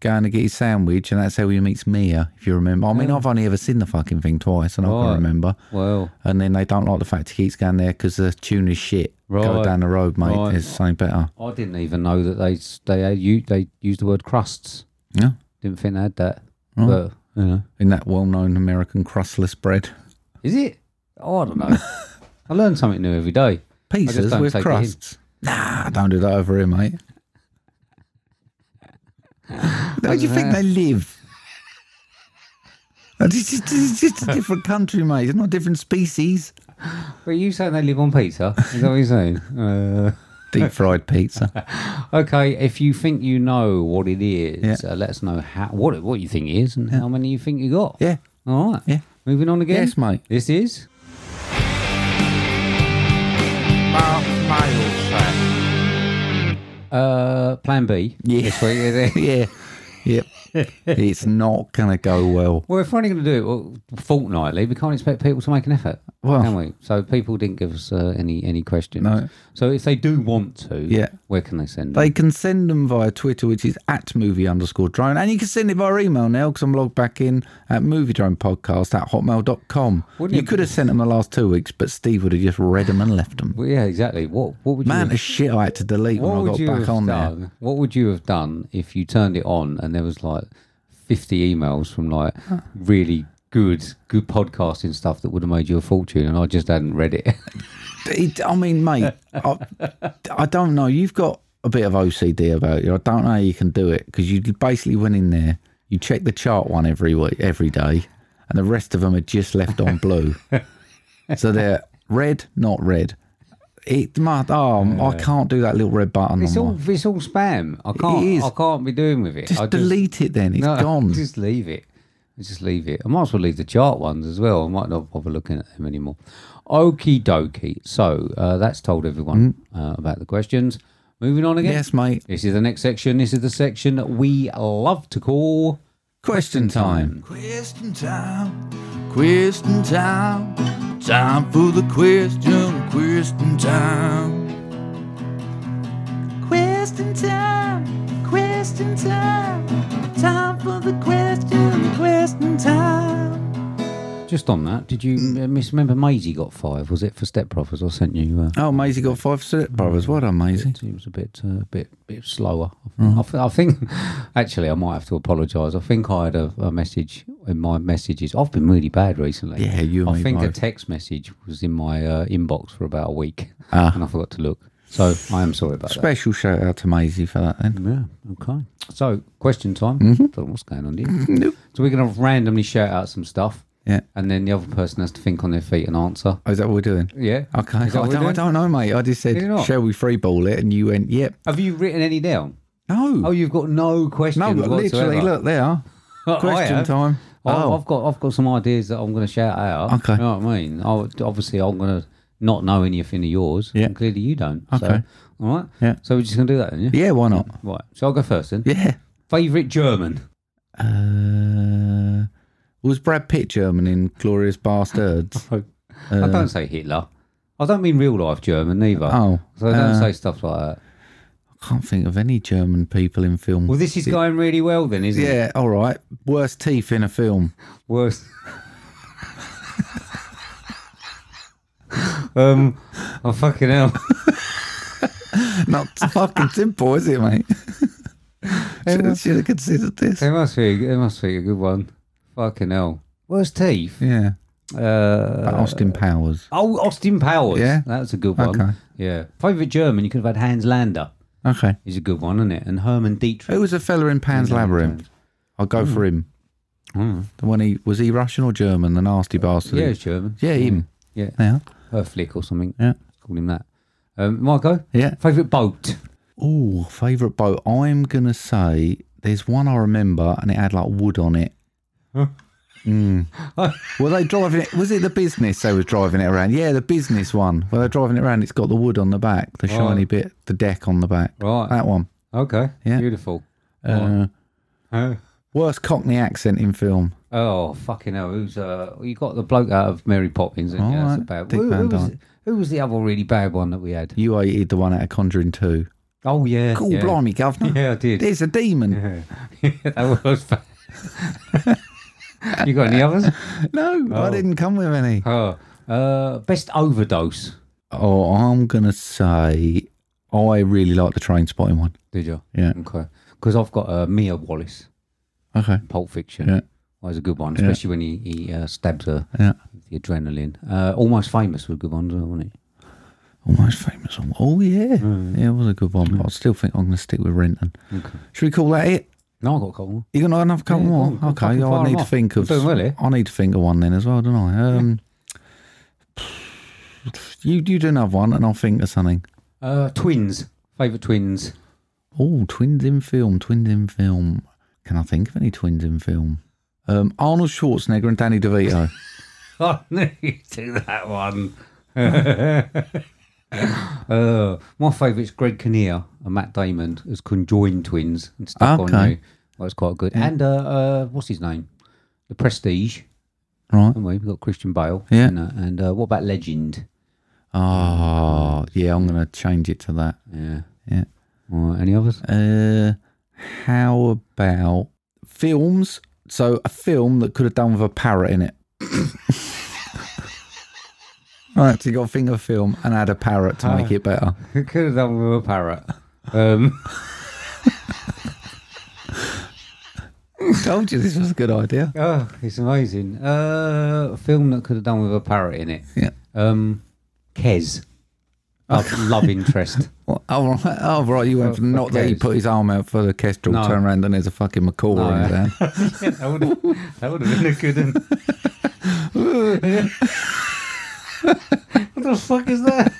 S2: going to get his sandwich, and that's how he meets Mia. If you remember, I mean, I've only ever seen the fucking thing twice, and I
S1: Right.
S2: can remember.
S1: well,
S2: And then they don't like the fact he keeps going there because the tune is shit. Go
S1: Right.
S2: down the road, mate.
S1: Right.
S2: It's something better.
S1: I didn't even know that they s- they uh, you they used the word crusts.
S2: Yeah.
S1: Didn't think they had that.
S2: Hmm.
S1: But you know,
S2: In that well-known American crustless bread
S1: is it? Oh, I don't
S2: <laughs>
S1: know. I learn something new every day.
S2: pieces
S1: don't
S2: with
S1: take it in.
S2: crusts. Nah, don't do that over here, mate. Where do you think they live? It's just, it's just a different country, mate. It's not a different species.
S1: But you saying they live on pizza? Is that what you're saying?
S2: <laughs>
S1: Uh,
S2: Deep fried pizza.
S1: <laughs> okay, if you think you know what it is,
S2: Yeah.
S1: uh, let us know how what it- what you think it is and how many you think you got.
S2: Yeah.
S1: All right.
S2: Yeah.
S1: Moving on again.
S2: Yes, mate.
S1: This is
S6: Mark Mail Sack.
S1: uh, Plan B.
S2: Yeah.
S1: This week, is it? <laughs>
S2: Yeah. Yep. it's not going to go well.
S1: Well, if we're only going to do it well, fortnightly, we can't expect people to make an effort,
S2: Well-
S1: can we? So people didn't give us uh, any any questions.
S2: No.
S1: So if they do want to,
S2: Yeah.
S1: where can they send them?
S2: They can send them via Twitter, which is at movie underscore drone. And you can send it via email now because I'm logged back in at movie drone podcast at hotmail.com.
S1: Wouldn't
S2: you
S1: it
S2: could have sent them the last two weeks, but Steve would have just read them and left them.
S1: Well, yeah, exactly. What what would you
S2: Man, of shit, I had to delete
S1: what
S2: when I
S1: would
S2: got
S1: you
S2: back
S1: have
S2: on there.
S1: done? What would you have done if you turned it on and there was like fifty emails from like really good good podcasting stuff that would have made you a fortune, and I just hadn't read it? <laughs>
S2: It, I mean, mate, I, I don't know. You've got a bit of OCD about you. I don't know how you can do it because you basically went in there, you check the chart one every week, every day, and the rest of them are just left
S1: <laughs>
S2: on blue. so they're red, not red. It, my, oh, I can't do that little red button.
S1: it's
S2: on
S1: all
S2: mine.
S1: it's all spam. I can't
S2: is.
S1: I can't be doing with it.
S2: Just
S1: I
S2: delete it then. It's
S1: no, <laughs>
S2: gone.
S1: Just leave it. Just leave it. I might as well leave the chart ones as well. I might not bother looking at them anymore. Okie dokie. So uh, that's told everyone uh, about the questions. Moving on again.
S2: Mm. yes, mate.
S1: This is the next section. This is the section that we love to call
S2: Question time.
S6: Question time. Question time. Time for the question. Question time.
S7: Question time, question time, time for the question, question time.
S1: Just on that, did you
S2: Mm.
S1: uh, misremember Maisie got five? Was it for Step Brothers? I sent you. Uh,
S2: Oh, Maisie got five step brothers. What done, Maisie?
S1: it was a bit, uh, bit, bit slower.
S2: Mm.
S1: I, th- I think, <laughs> actually, I might have to apologise. I think I had a, a message in my messages. I've been really bad recently.
S2: Yeah, you and
S1: I
S2: me
S1: think a
S2: both.
S1: text message was in my uh, inbox for about a week,
S2: Ah.
S1: and I forgot to look. So I am sorry about that.
S2: Special shout out to Maisie for that then.
S1: Yeah. Okay. So question time.
S2: Mm-hmm.
S1: Don't know what's going on here? So we're going to randomly shout out some stuff.
S2: Yeah.
S1: And then the other person has to think on their feet and answer.
S2: Oh, is that what we're doing?
S1: Yeah.
S2: Okay. I
S1: Is that what
S2: don't,
S1: we're
S2: I
S1: doing?
S2: don't know, mate. I just
S1: Is it
S2: said,
S1: not?
S2: shall we free ball it? And you went, yep.
S1: Have you written any down?
S2: No.
S1: Oh, you've got no questions.
S2: no, look,
S1: whatsoever.
S2: literally, look, there.
S1: I
S2: Question
S1: have.
S2: time.
S1: I-
S2: Oh,
S1: I've got I've got some ideas that I'm going to shout out.
S2: Okay.
S1: You know what I mean? I, would- obviously, I'm going to not know anything of yours.
S2: Yeah.
S1: And clearly, you don't. So,
S2: Okay.
S1: all right.
S2: Yeah.
S1: So we're just going to do that then. Yeah.
S2: yeah, why not?
S1: Right. So I'll go first then.
S2: Yeah.
S1: Favorite German. <laughs>
S2: Uh, was Brad Pitt German in
S1: <laughs>
S2: Glorious Bastards?
S1: I don't say Hitler. I don't mean real life German either.
S2: Uh. Oh.
S1: So I don't say stuff like that.
S2: I can't think of any German people in film.
S1: Well, this is going really well then, isn't it?
S2: yeah, all right. Worst teeth in a film. <laughs>
S1: Worse. <laughs> um, oh fucking hell!
S2: <laughs> Not fucking simple, is it, mate? <laughs> should, should have considered this.
S1: It must be. It must be a good one. Fucking hell! Worst teeth.
S2: Yeah,
S1: Uh,
S2: but Austin Powers.
S1: oh, Austin Powers.
S2: Yeah?
S1: that's a good one.
S2: Okay.
S1: Yeah, favorite German. You could have had Hans Lander.
S2: Okay.
S1: He's a good one, isn't it? And Herman Dietrich.
S2: Who was a fella in Pan's Labyrinth? I'll go for him.
S1: Mm.
S2: The one he was he Russian or German? The nasty bastard.
S1: Yeah, it's German.
S2: yeah, him.
S1: Yeah,
S2: Yeah.
S1: Herflick or something.
S2: Yeah.
S1: Call him that. Um, Marco.
S2: Yeah.
S1: Favorite boat.
S2: Oh, favourite boat. I'm gonna say there's one I remember, and it had like wood on it.
S1: <laughs>
S2: Mm. Were they driving it? Was it the business they were driving it around? Yeah, the business one. Were they driving it around? It's got the wood on the back, the shiny bit, the deck on the back.
S1: Right.
S2: that one.
S1: Okay.
S2: Uh, Yeah.
S1: Beautiful.
S2: Uh,
S1: Oh.
S2: worst Cockney accent in film.
S1: Oh fucking hell! Who's uh? You got the bloke out of Mary Poppins, and
S2: All
S1: yeah, that's
S2: right,
S1: about.
S2: Dick
S1: Who, who,
S2: Van
S1: was,
S2: Dyke.
S1: who was the other really bad one that we had?
S2: You hated the one out of Conjuring Two.
S1: Oh yeah,
S2: Cool,
S1: yeah.
S2: blimey, governor.
S1: <laughs> Yeah, I did.
S2: There's a demon.
S1: <laughs> that was bad. you got any
S2: <laughs>
S1: others?
S2: No, I didn't come with any.
S1: Oh, uh, best overdose.
S2: Oh, I'm gonna say I really like the train spotting one.
S1: Did you?
S2: Yeah.
S1: Okay. Because I've got uh, Mia Wallace,
S2: Okay.
S1: Pulp Fiction.
S2: Yeah.
S1: That was a good one, especially when he, he uh, stabs her.
S2: Yeah.
S1: with The adrenaline. Uh, Almost Famous was a good one, as well, wasn't it?
S2: Almost famous one. Oh yeah.
S1: Mm.
S2: Yeah, it was a good one, but I still think I'm gonna stick with Renton. Should we call that it?
S1: No, I got a couple more.
S2: You got another couple
S1: Yeah,
S2: more?
S1: go on,
S2: okay,
S1: fucking fire
S2: I
S1: 'em
S2: need to
S1: off.
S2: think of
S1: You're doing well here.
S2: I need to think of one then as well, don't I? Um You you do another one and I'll think of something.
S1: Uh, twins. Favorite twins.
S2: Oh, twins in film, twins in film. Can I think of any twins in film? Um, Arnold Schwarzenegger and
S1: <laughs>
S2: Danny DeVito.
S1: I knew you'd Oh, do that one. <laughs> uh, my favourite's Greg Kinnear and Matt Damon as conjoined twins and stuck on
S2: Okay.
S1: you. Well, it's quite good. And uh, uh, what's his name? The Prestige.
S2: right.
S1: Haven't we? We've got Christian Bale.
S2: Yeah.
S1: And, uh, and uh, what about Legend?
S2: Oh, yeah, I'm going to change it to that.
S1: Yeah.
S2: Yeah.
S1: All right, any <laughs> others?
S2: Uh, how about films? So, a film that could have done with a parrot in it. <laughs> right, so you got to think of a film and add a parrot to
S1: Ah.
S2: make
S1: <laughs>
S2: it better.
S1: Could have done with a parrot. Um, <laughs>
S2: Told you this was a good idea.
S1: oh, it's amazing. Uh, a film that could have done with a parrot in it.
S2: Yeah.
S1: Um, Kez. Love, love interest.
S2: Well, all right, all right, you went for not that he
S1: Oh, okay.
S2: put his arm out for the kestrel,
S1: No.
S2: turn around and there's a fucking macaw in his
S1: No. <laughs>
S2: hand.
S1: Yeah, that would have that would have been a good one. what the fuck is that?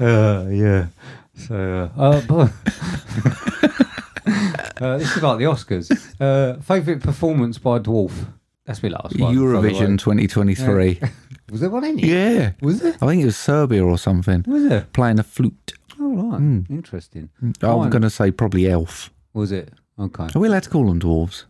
S1: uh, yeah. So, uh, uh, <laughs> but- Uh, this is like the Oscars. Uh, Favorite performance by a dwarf. That's my last one. by the
S2: Eurovision
S1: way.
S2: 2023.
S1: Was there one in it?
S2: <laughs> Yeah.
S1: Was there?
S2: I think it was Serbia or something.
S1: Was there?
S2: Playing a flute.
S1: Oh right.
S2: Hmm.
S1: Interesting.
S2: I'm
S1: Fine.
S2: going to say probably elf.
S1: Was it? Okay.
S2: Are we allowed to call them dwarves?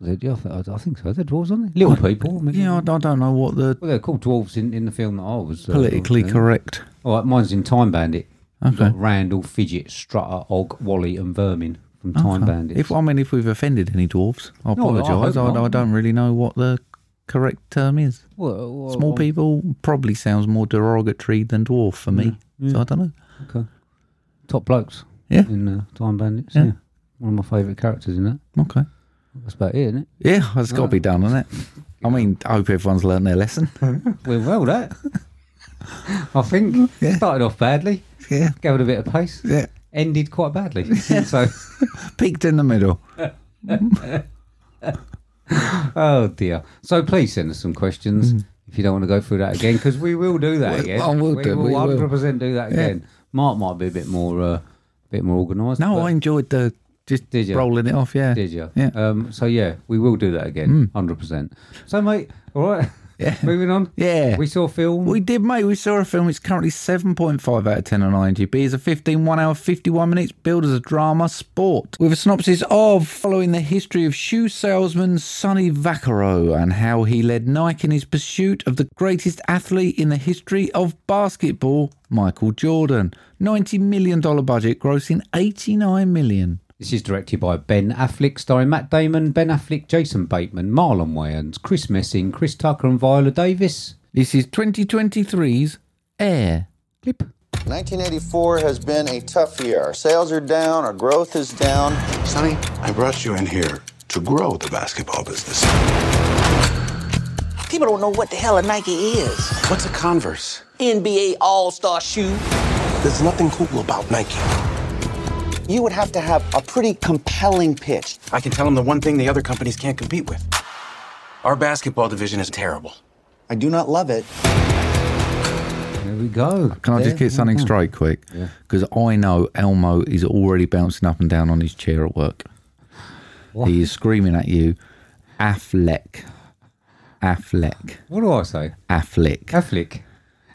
S1: Was it- yeah, I think- I think so. They're dwarves, aren't they? Little people. I mean,
S2: Yeah, I, I don't know what the
S1: Well, they're called dwarves in, in the film that I was uh,
S2: politically
S1: watching.
S2: correct.
S1: All right, mine's in Time Bandit. You've
S2: Okay.
S1: got Randall, Fidget, Strutter, Og, Wally, and Vermin from Time Bandit.
S2: If I mean, if we've offended any dwarves, I
S1: No, I
S2: apologise.
S1: hope
S2: I,
S1: not.
S2: I don't really know what the correct term is.
S1: Well, well,
S2: Small
S1: well,
S2: people probably sounds more derogatory than dwarf for me. So I don't know.
S1: okay. top blokes
S2: Yeah.
S1: in uh, Time Bandits. Yeah. one of my favourite characters in that.
S2: Okay.
S1: That's about it, isn't
S2: Yeah, that's got to be done, isn't it? I mean, I hope everyone's learned their <laughs> lesson.
S1: it? Well, well,
S2: <laughs>
S1: that I think started off badly,
S2: yeah,
S1: gathered a bit of pace,
S2: yeah.
S1: ended quite
S2: <laughs>
S1: badly. so,
S2: Peaked in the middle.
S1: oh dear. So please send us some questions. If you don't want to go through that again, because we will do that
S2: Well,
S1: again,
S2: I will
S1: we
S2: do,
S1: will
S2: Mm. we will.
S1: 100% do that again. Mark might be a bit more, uh, bit more organised.
S2: No,
S1: but-
S2: I enjoyed the just
S1: Did you?
S2: rolling it off. Yeah.
S1: Did you?
S2: Yeah.
S1: Um, so yeah, we will do that again, hundred percent. So mate, all right.
S2: <laughs> Yeah.
S1: Moving on.
S2: Yeah.
S1: We saw a film.
S2: We did, mate. We saw a film. It's currently 7.5 out of 10 on IMDb. It's a 15, 1 hour, 51 minutes, billed as a drama sport. With a synopsis of following the history of shoe salesman Sonny Vaccaro and how he led Nike in his pursuit of the greatest athlete in the history of basketball, Michael Jordan. $90 million budget, grossing $89 million.
S1: This is directed by Ben Affleck, starring Matt Damon, Ben Affleck, Jason Bateman, Marlon Wayans, Chris Messing, Chris Tucker, and Viola Davis.
S2: This is 2023's Air.
S1: Clip.
S8: 1984 has been a tough year. Our sales are down, our growth is down.
S9: Sonny, I brought you in here to grow the basketball business.
S10: People don't know what the hell a Nike is.
S9: What's a Converse?
S10: NBA All Star shoe.
S9: There's nothing cool about Nike.
S10: You would have to have a pretty compelling pitch.
S9: I can tell them the one thing the other companies can't compete with. Our basketball division is terrible.
S10: I do not love it.
S1: There we go.
S2: Can I just get something straight quick? Because I know Elmo is already bouncing up and down on his chair at work. He is screaming at you, Affleck, Affleck,
S1: What do I say?
S2: Affleck.
S1: Affleck.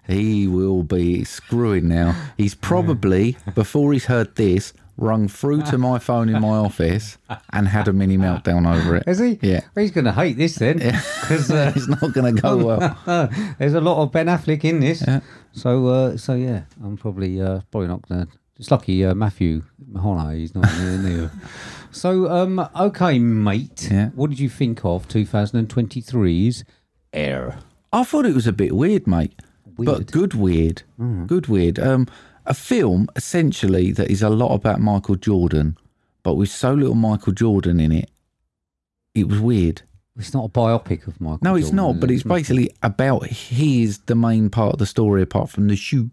S2: He will be screwing now. He's probably, before he's heard this, rung through to my phone in my office and had a mini meltdown over it.
S1: Is he?
S2: Yeah.
S1: Well, he's going to hate this then. Because
S2: <laughs> It's not going to go well.
S1: uh, <laughs> there's a lot of Ben Affleck in this. So, uh, so yeah, I'm probably uh, probably not going to. It's lucky uh, Matthew Mahoney, he's not in there
S2: <laughs>
S1: neither. So, um, okay, mate.
S2: Yeah.
S1: What did you think of 2023's Air?
S2: I thought it was a bit weird, mate.
S1: Weird. Hmm.
S2: But good weird. Good weird. Um, a film essentially that is a lot about Michael Jordan, but with so little Michael Jordan in it, it was weird.
S1: It's not a biopic of Michael.
S2: No, it's
S1: Jordan,
S2: not,
S1: is
S2: but
S1: it?
S2: it's basically about he is the main part of the story apart from the shoe.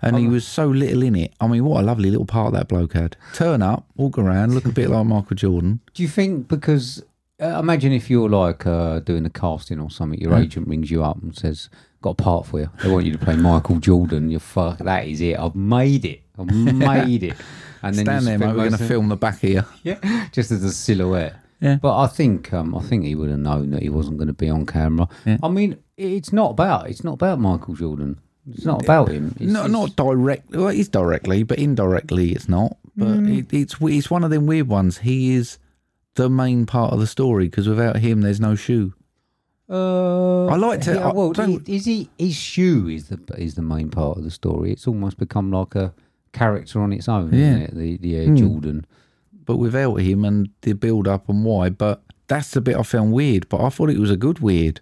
S2: And
S1: Oh.
S2: he was so little in it. I mean, what a lovely little part that bloke had. Turn up, walk around, look a bit like Michael Jordan.
S1: Do you think because uh, imagine if you're like uh, doing a casting or something, your agent rings you up and says, "Got a part for you. They want you to play Michael Jordan." You're fuck. That is it. I've made it. I've
S2: <laughs>
S1: made it. And you
S2: Stand there,
S1: spend
S2: mate. We're going
S1: most
S2: to
S1: of-
S2: film the back here.
S1: yeah, <laughs> just as a silhouette.
S2: Yeah.
S1: But I think um, I think he would have known that he wasn't going to be on camera. I mean, it's not about it's not about Michael Jordan. It's not about him. It's,
S2: No,
S1: it's-
S2: not direct. Well, it is directly, but indirectly, it's not. But it, it's we- it's one of them weird ones. He is the main part of the story because without him, there's no shoe.
S1: Uh,
S2: I like to-
S1: Yeah,
S2: I
S1: well,
S2: don't-
S1: is he his shoe is the is the main part of the story. It's almost become like a character on its own, isn't
S2: Yeah.
S1: it?
S2: Hmm.
S1: The the Air Jordan.
S2: But without him and the build up and why. But that's the bit I found weird. But I thought it was a good weird.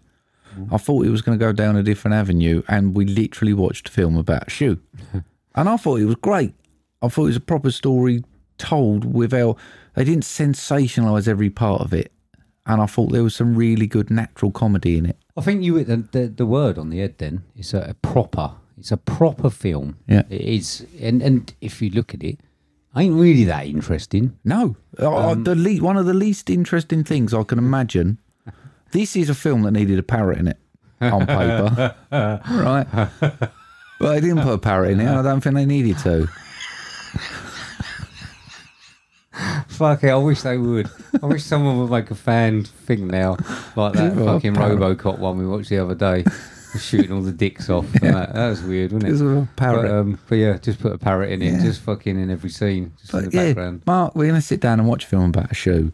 S2: I thought it was going to go down a different avenue, and we literally watched a film about a shoe, and I thought it was great. I thought it was a proper story told without. They didn't sensationalise every part of it, and I thought there was some really good natural comedy in it.
S1: I think you hit the, the the word on the head. Then it's a, a proper it's a proper film.
S2: Yeah.
S1: it is. And and if you look at it, ain't really that interesting.
S2: No, I- I-
S1: Um,
S2: the le- one of the least interesting things I can imagine. This is a film that needed a parrot in it on
S1: <laughs>
S2: paper, right? But they didn't put a parrot in it. and I don't think they needed
S1: <laughs>
S2: to.
S1: Fuck it, I wish they would. I wish someone would make a fan thing now, like that
S2: Well,
S1: fucking
S2: apparent.
S1: Robocop one we watched the other day, shooting all the dicks off. And that. that was weird, wasn't it?
S2: It's a little parrot.
S1: But, um, but yeah, just put a parrot in it, just fucking in every scene, just in
S2: But
S1: the
S2: yeah,
S1: background.
S2: Mark, we're gonna sit down and watch a film about a shoe.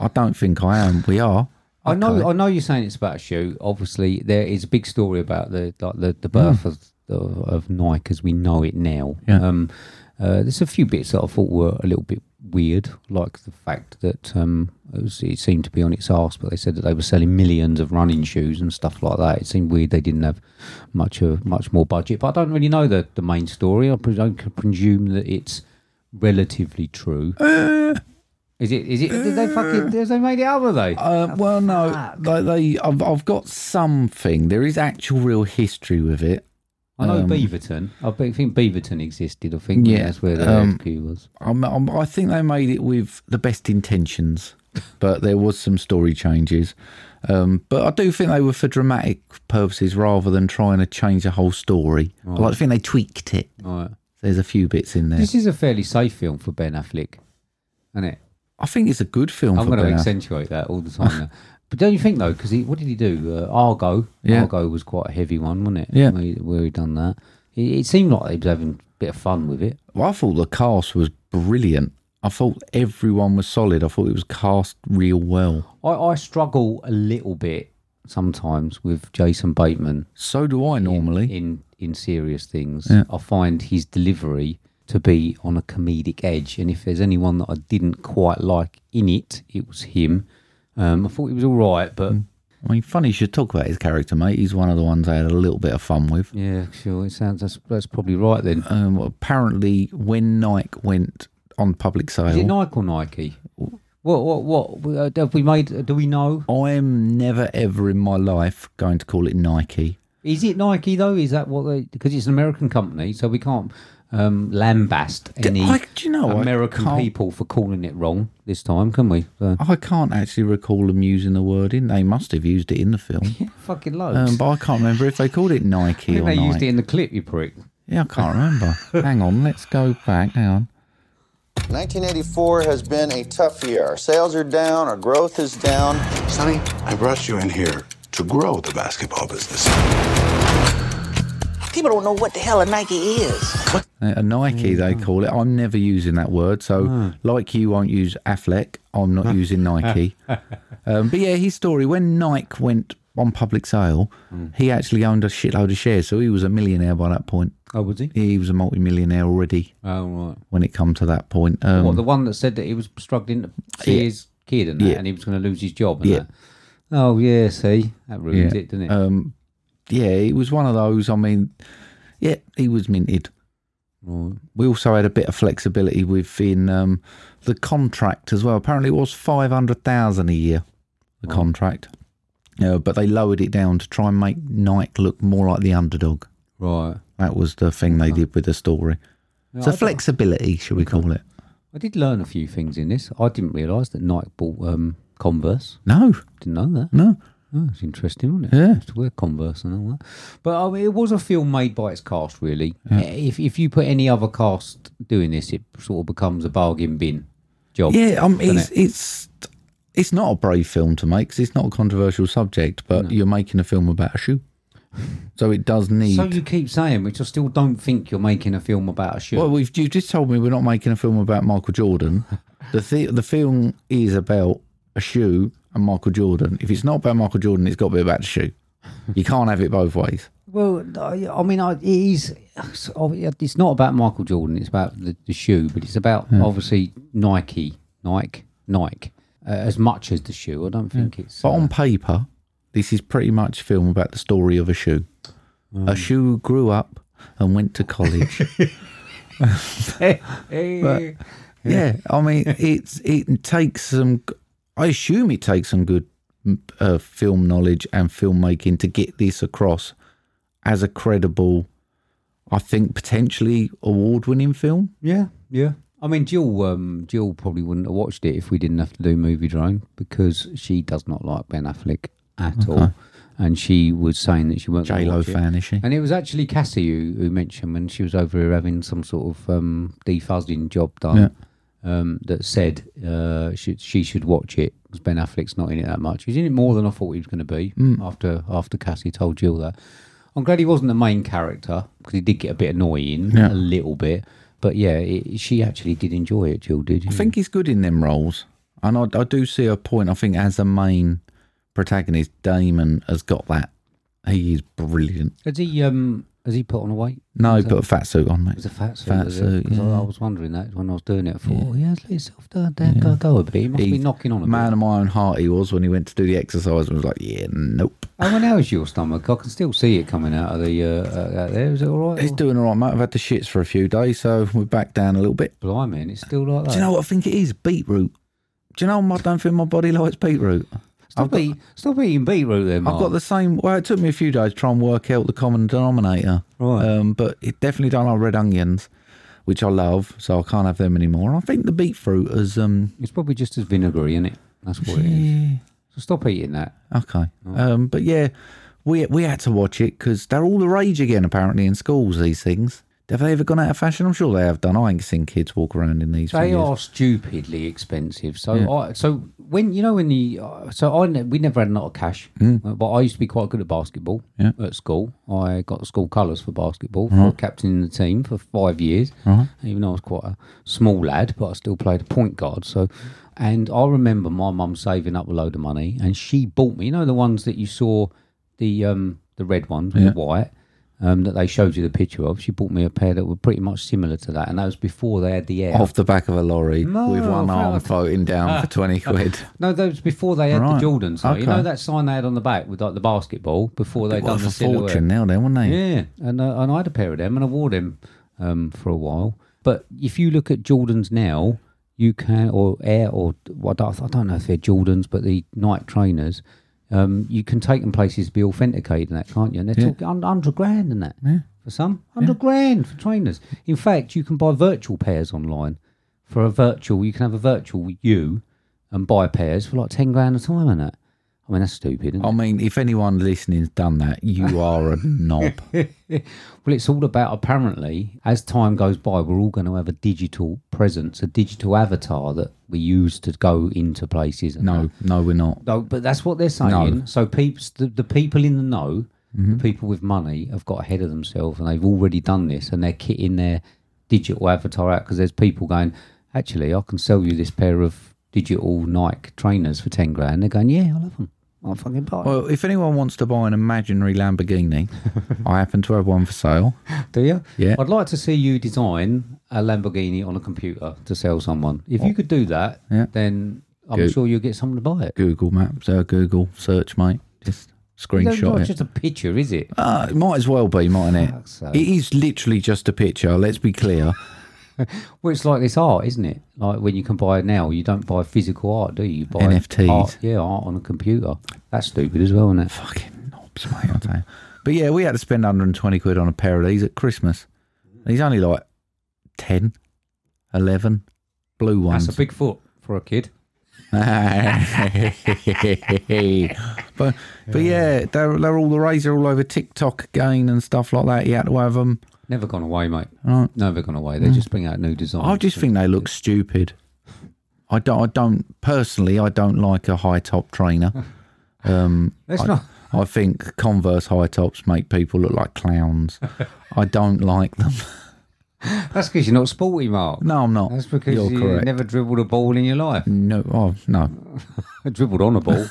S2: I don't think I am. We are.
S1: I know,
S2: Okay.
S1: I know you're saying it's about a shoe. Obviously, there is a big story about the like the, the birth of of of Nike as we know it now.
S2: Hmm. Yeah.
S1: Um, uh, there's a few bits that I thought were a little bit weird, like the fact that um, it, was, it seemed to be on its arse, but they said that they were selling millions of running shoes and stuff like that. It seemed weird they didn't have much of much more budget. But I don't really know the the main story. I pre- I presume that it's relatively true. Is it? Is it? Did they fucking? Did they made it up? Are they?
S2: Uh, well, no, they, they, I've, I've got something. There is actual real history with it.
S1: I know
S2: Um,
S1: Beaverton. I be- think Beaverton existed. I think yeah,
S2: Yeah,
S1: that's where the
S2: um,
S1: HQ was.
S2: I'm, I'm, I think they made it with the best intentions, but there was some story changes. Um, but I do think they were for dramatic purposes rather than trying to change the whole story. I like to think they tweaked it.
S1: Right.
S2: There's a few bits in there.
S1: This is a fairly safe film for Ben Affleck, isn't it?
S2: I think it's a good film
S1: I'm
S2: for
S1: going to
S2: Ben Affleck. <laughs>
S1: accentuate that all the time. now. But don't you think though? Because what did he do? Uh, Argo.
S6: Yeah.
S1: Argo was quite a heavy one, wasn't it?
S6: Yeah.
S1: Where he, where he done that. It, it seemed like he was having a bit of fun with it.
S2: Well, I thought the cast was brilliant. I thought everyone was solid. I thought it was cast real well.
S1: I, I struggle a little bit sometimes with Jason Bateman
S2: So do I normally.
S1: in in serious things.
S2: Yeah.
S1: I find his delivery to be on a comedic edge, and if there's anyone that I didn't quite like in it, it was him. Um, I thought he was all right, but
S2: Mm. I mean, funny you should talk about his character, mate. He's one of the ones I had a little bit of fun with.
S1: yeah, sure, it sounds that's, that's probably right then.
S2: Um, apparently, when Nike went on public
S1: Is it
S2: sale,
S1: Nike or Nike? What what what uh, have we made? uh, Do we know?
S2: I am never ever in my life going to call it Nike.
S1: Is it Nike though? Is that what they? Because it's an American company, so we can't um, lambast any
S2: I- do you know, I
S1: American
S2: can't-
S1: people for calling it wrong this time, can we? Uh, So,
S2: I can't actually recall them using the word in. They must have used it in
S1: <laughs>
S2: the film,
S1: fucking loads.
S2: um, but I can't remember if they called it
S1: I
S2: Nike
S1: think
S2: or
S1: they
S2: Nike.
S1: used it in the clip, you prick.
S2: Yeah, I can't remember.
S1: <laughs>
S2: Hang on, let's go back. Hang on.
S8: 1984 has been a tough year. Our sales are down, our growth is down.
S9: Sonny, I brought you in here to grow the basketball business.
S10: People don't know what the hell a Nike is.
S2: Uh, A Nike, they call it. I'm never using that word. So, like you won't use Affleck, I'm not using Nike. Um, but yeah, his story when Nike went on public sale, he actually owned a shitload of shares. So, he was a millionaire by that point.
S1: Oh, was he?
S2: He was a multimillionaire already
S1: Oh right.
S2: when it come to that point. Um,
S1: what the one that said that he was struggling to see
S2: Yeah.
S1: his kid and that,
S2: Yeah.
S1: and he was going to lose his job. And
S2: Yeah.
S1: That. Oh yeah, see that ruins it, didn't it?
S2: Um, yeah, it was one of those. I mean, yeah, he was minted.
S1: right.
S2: we also had a bit of flexibility within um, the contract as well. Apparently, it was five hundred thousand a year, the contract, uh, but they lowered it down to try and make Nike look more like the underdog.
S1: Right.
S2: That was the thing they did with the story. so flexibility, should we call it?
S1: I did learn a few things in this. I didn't realise that Nike bought um, Converse.
S2: No,
S1: Didn't know that.
S2: no.
S1: Oh, it's interesting, wasn't it?
S2: Yeah.
S1: Used to wear Converse and all that. But I mean, it was a film made by its cast, really. If if you put any other cast doing this, it sort of becomes a bargain bin job.
S2: Yeah, um,
S1: doesn't
S2: it's,
S1: it?
S2: it's it's not a brave film to make 'cause it's not a controversial subject, but you're making a film about a shoe, so it does need.
S1: So you keep saying, which I still don't think you're making a film about a shoe.
S2: Well, we've you just told me we're not making a film about Michael Jordan. The th- the film is about a shoe and Michael Jordan. If it's not about Michael Jordan, it's got to be about the shoe. You can't have it both ways.
S1: Well, I I mean, I- it is. it's ob- It's not about Michael Jordan. It's about the, the shoe, but it's about obviously Nike, Nike, Nike, uh, as much as the shoe. I don't think it's. uh,
S2: But on paper, this is pretty much a film about the story of a shoe. A shoe grew up and went to college. yeah, I mean, it's it takes some. I assume it takes some good m- uh, film knowledge and filmmaking to get this across as a credible, I think potentially award-winning film.
S1: yeah, yeah. I mean, Jill, um, Jill probably wouldn't have watched it if we didn't have to do Movie Drone because she does not like Ben Affleck at all, and she was saying that she won't.
S2: J Lo fan, is she?
S1: And it was actually Cassie who, who mentioned when she was over here having some sort of um, defuzzing job done um, that said uh, she, she should watch it because Ben Affleck's not in it that much. He's in it more than I thought he was going to be
S2: Mm.
S1: after after Cassie told Jill that. I'm glad he wasn't the main character because he did get a bit annoying, a little bit. But yeah, it, she actually did enjoy it, Jill did.
S2: I think he's good in them roles, and I, I do see a point. I think as a main protagonist, Damon has got that. He is brilliant.
S1: Has he, um, has he put on a weight?
S2: No, put a fat suit on,
S1: It
S2: mate.
S1: was a fat suit.
S2: Fat
S1: was
S2: suit,
S1: Because I,
S2: yeah.
S1: I was wondering that when I was doing it. I thought, oh, he has let himself down, down go, go a bit. He must be
S2: He's
S1: knocking on a
S2: Man
S1: bit.
S2: of my own heart, he was when he went to do the exercise and was like, "Yeah, nope."
S1: Oh, well, now is your stomach. I can still see it coming out of the. Uh, uh, out there. Is it all right?
S2: It's doing all right, mate. I've had the shits for a few days, so we're back down a little bit.
S1: Blimey, and it's still like that.
S2: Do you know what I think it is? Beetroot. Do you know I don't think my body likes beetroot?
S1: Stop, eat, stop eating beetroot then, Mark.
S2: I've got the same. Well, it took me a few days to try and work out the common denominator.
S1: Right.
S2: Um, but it definitely don't like red onions, which I love, so I can't have them anymore. I think the beetroot is um
S1: It's probably just as vinegary, isn't it? That's what it is. So stop eating that.
S2: okay. Um, but yeah, we we had to watch it because they're all the rage again apparently in schools. These things. Have they ever gone out of fashion? I'm sure they have done. I ain't seen kids walk around in these. for
S1: They
S2: years.
S1: are stupidly expensive. So,
S2: Yeah.
S1: I, so when you know when the uh, so I ne- we never had a lot of cash, uh, but I used to be quite good at basketball
S2: Hmm. Yeah. Uh-huh.
S1: at school. I got the school colours for basketball. I was
S2: Right.
S1: captain the team for five years,
S2: Right.
S1: even though I was quite a small lad, but I still played point guard. So, and I remember my mum saving up a load of money, and she bought me. You know the ones that you saw, the um the red ones with
S2: Yeah.
S1: the white. Um, that they showed you the picture of. She bought me a pair that were pretty much similar to that, and that was before they had the air
S2: off the back of a lorry
S1: No,
S2: with one
S1: I
S2: arm
S1: felt-
S2: floating
S1: <laughs>
S2: down for 20 quid.
S1: No, that was before they had
S2: Right.
S1: the Jordans. Though. You know
S2: Okay.
S1: that sign they had on the back with like the basketball before they had
S2: They
S1: done
S2: worth
S1: the
S2: a
S1: silhouette.
S2: fortune now, then, wouldn't they?
S1: Yeah, and uh, and I had a pair of them, and I wore them um, for a while. But if you look at Jordans now, you can or Air or well, I don't, I don't know if they're Jordans, but the Nike trainers, um, you can take them places to be authenticated and that, can't you? And they're
S2: Yeah.
S1: talking talking hundred grand and that for some hundred grand for trainers. In fact, you can buy virtual pairs online for a virtual. You can have a virtual you and buy pairs for like ten grand a time and that. I mean that's stupid. Isn't it?
S2: I mean, if anyone listening's done that,
S1: <laughs>
S2: you are a knob.
S1: Well, it's all about apparently, as time goes by, we're all going to have a digital presence, a digital avatar that we use to go into places. and
S2: No,
S1: that.
S2: no, we're not.
S1: No, but that's what they're saying.
S2: No. Mm-hmm.
S1: So, peeps, the, the people in the know, the people with money, have got ahead of themselves and they've already done this and they're kitting their digital avatar out because there's people going, actually, I can sell you this pair of digital Nike trainers for 10 grand. They're going, yeah, I love them. I'll fucking buy 'em."
S2: Well, if anyone wants to buy an imaginary <laughs> Lamborghini, I happen to have one for sale.
S1: Do you?
S2: Yeah.
S1: I'd like to see you design a Lamborghini on a computer to sell someone. If you could do that,
S2: Oh. Yeah.
S1: then I'm
S2: Good.
S1: sure you'll get someone to buy it.
S2: Google Maps, uh, Google search, mate. Just
S1: It's
S2: screenshot
S1: not
S2: it.
S1: just a picture, is it?
S2: Uh, it might as well be, mightn't it?
S1: Fuck's sake.
S2: It is literally just a picture. Let's be clear.
S1: Well, it's like this art, isn't it? Like when you can buy it now, you don't buy physical art, do you? you buy
S2: NFTs.
S1: Art, yeah, art on a computer. That's stupid as well, isn't it?
S2: Fucking knobs, mate. I'll tell you. But yeah, we had to spend 120 quid on a pair of these at Christmas. And he's only like 10, 11, blue ones.
S1: That's a big foot for a kid.
S2: <laughs> but but yeah, they're, they're all the razor all over TikTok again and stuff like that. You had to have them.
S1: Never gone away, mate.
S2: Right.
S1: Never gone away. They just bring out new designs.
S2: I just think they look stupid. I don't. I don't personally. I don't like a high
S1: <laughs>
S2: top trainer. Um,
S1: That's
S2: I,
S1: not-
S2: I think Converse high tops make people look like clowns. I don't like them. <laughs>
S1: That's because you're not sporty, Mark.
S2: No, I'm not.
S1: That's because
S2: You're
S1: you
S2: correct.
S1: never dribbled a ball in your life.
S2: No. Oh no.
S1: <laughs>
S2: Mm.
S1: dribbled on a ball.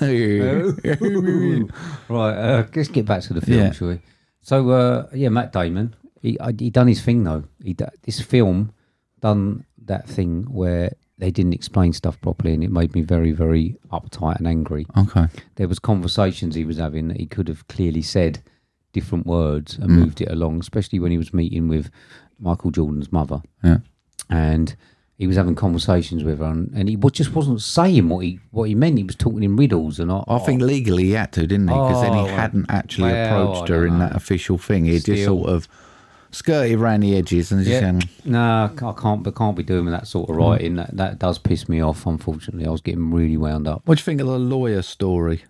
S1: <laughs> right, uh, let's get back to the film,
S2: Yeah.
S1: shall we? So, uh, yeah, Matt Damon, he uh, he done his thing though. He d- this film done that thing where they didn't explain stuff properly, and it made me very, very uptight and angry.
S2: <laughs> okay.
S1: There was conversations he was having that he could have clearly said different words
S2: Mm.
S1: and moved it along, especially when he was meeting with Michael Jordan's mother
S2: Yeah.
S1: and he was having conversations with her, and, and he wa- just wasn't saying what he what he meant. He was talking in riddles, and I,
S2: I think legally he had to, didn't he? Because then he
S1: Oh, well.
S2: hadn't actually
S1: Well,
S2: approached
S1: I
S2: her
S1: don't
S2: in
S1: know.
S2: that official thing. He just
S1: Still.
S2: sort of skirted around the edges and just
S1: yeah,
S2: saying,
S1: no, I can't, but can't be doing that sort of writing. That that does piss me off. Unfortunately, I was getting really wound up.
S2: "What do you think of the lawyer story?"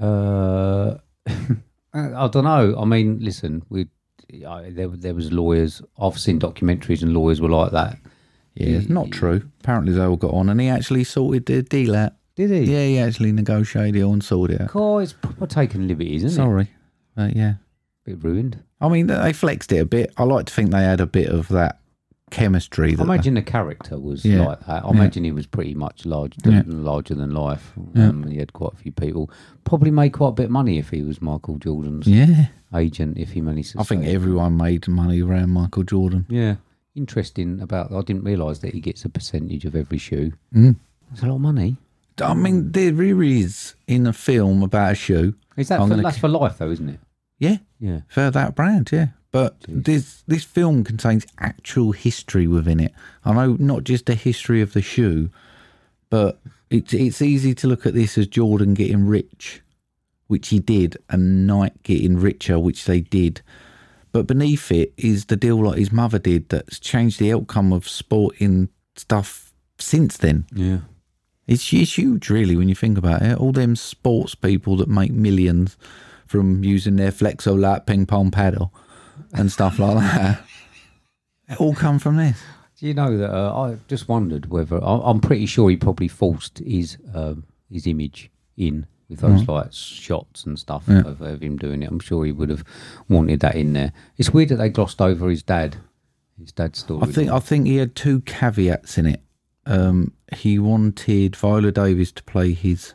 S1: Uh, <laughs> I don't know. I mean, listen, we I, there there was lawyers. I've seen documentaries, and lawyers were like that.
S2: Yeah, it's not true. Apparently they all got on, and he actually sorted the deal out.
S1: Did he?
S2: Yeah, he actually negotiated it all and sorted it out.
S1: Cool, it's proper taking liberties, isn't
S2: Sorry, but yeah.
S1: it? Bit ruined.
S2: I mean, they flexed it a bit. I like to think they had a bit of that chemistry.
S1: I
S2: That
S1: imagine the character was
S2: Yeah.
S1: like that. I
S2: Yeah.
S1: imagine he was pretty much large,
S2: Yeah.
S1: larger than life.
S2: Yeah.
S1: Um, he had quite a few people. Probably made quite a bit of money if he was Michael Jordan's
S2: yeah,
S1: agent. If he managed to,
S2: I think
S1: save-
S2: everyone made money around Michael Jordan.
S1: yeah. Interesting about. I didn't realise that he gets a percentage of every shoe.
S2: Mm.
S1: That's a lot of money.
S2: I mean, there really is in a film about a shoe.
S1: Is that
S2: I'm
S1: for,
S2: gonna
S1: that's
S2: c-
S1: for life though, isn't it?
S2: Yeah,
S1: Yeah.
S2: for that brand, yeah. But this this film contains actual history within it. I know not just the history of the shoe, but it's it's easy to look at this as Jordan getting rich, which he did, and Nike getting richer, which they did. But beneath it is the deal like his mother did that's changed the outcome of sporting stuff since then.
S1: Yeah.
S2: It's, it's huge, really, when you think about it. All them sports people that make millions from using their flexo light ping pong paddle and stuff like that. all come from this.
S1: Do you know that uh, I just wondered whether I, I'm pretty sure he probably forced his um his image in with those
S2: Mhm.
S1: like shots and stuff
S2: Yeah.
S1: of, of him doing it. I'm sure he would have wanted that in there. It's weird that they glossed over his dad, his dad's story.
S2: I think I think he had two caveats in it. Um, he wanted Viola Davis to play his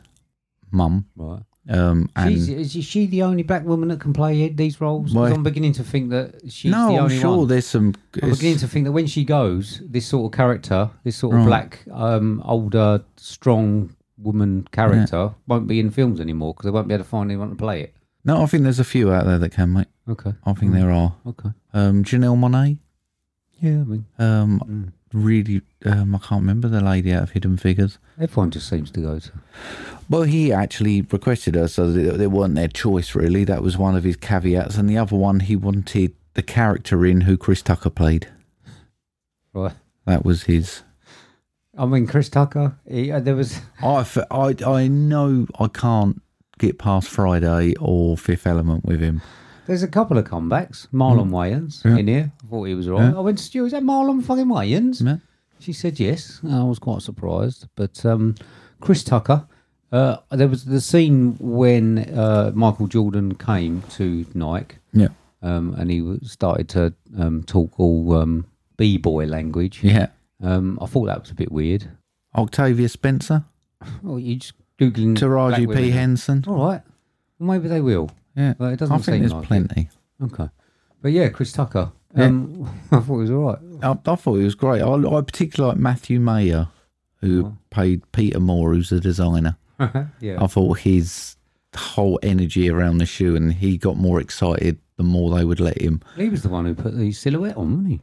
S2: mum,
S1: right?
S2: Um, and
S1: She's, is she- she the only black woman that can play these roles? 'Cause
S2: Why?
S1: I'm beginning to think that she's
S2: no,
S1: the
S2: I'm
S1: only
S2: sure
S1: one.
S2: there's some.
S1: I'm
S2: it's-
S1: beginning to think that when she goes, this sort of character, this sort of
S2: Right.
S1: black, um, older, strong woman character, won't be in films anymore because they won't be able to find anyone to play it.
S2: No, I think there's a few out there that can, mate.
S1: Okay.
S2: I think there are.
S1: Okay.
S2: Um, Janelle Monet.
S1: Yeah, I mean,
S2: Um, really, um, I can't remember the lady out of Hidden Figures.
S1: everyone just seems to go to.
S2: Well, he actually requested her, so they, they weren't their choice, really. That was one of his caveats. And the other one, he wanted the character in who Chris Tucker played.
S1: Right.
S2: That was his.
S1: I mean, Chris Tucker, he, uh, there was.
S2: I, f- I, I know I can't get past Friday or Fifth Element with him.
S1: There's a couple of comebacks. Marlon Wayans
S2: Mm. Yeah.
S1: in here. I thought he was all right.
S2: Yeah.
S1: I went, Stu, is that Marlon fucking Wayans?
S2: Yeah.
S1: She said yes. I was quite surprised. But um, Chris Tucker, uh, there was the scene when uh, Michael Jordan came to Nike
S2: Yeah.
S1: um, and he w- started to um, talk all um, b-boy language.
S2: Yeah.
S1: Um, I thought that was a bit weird.
S2: Octavia Spencer,
S1: Oh, you just googling black
S2: Taraji
S1: women.
S2: P. Henson.
S1: All right. Well, maybe they will.
S2: Yeah.
S1: But it doesn't
S2: I think
S1: seem
S2: there's
S1: like it.
S2: plenty.
S1: Okay. But yeah, Chris Tucker.
S2: Yeah.
S1: Um, <laughs> I thought it was all right.
S2: I, I thought it was great. I, I particularly like Matthew Mayer, who played Peter Moore, who's a designer.
S1: Oh. Yeah.
S2: I thought his whole energy around the shoe, and he got more excited the more they would let him.
S1: He was the one who put the silhouette on, wasn't he?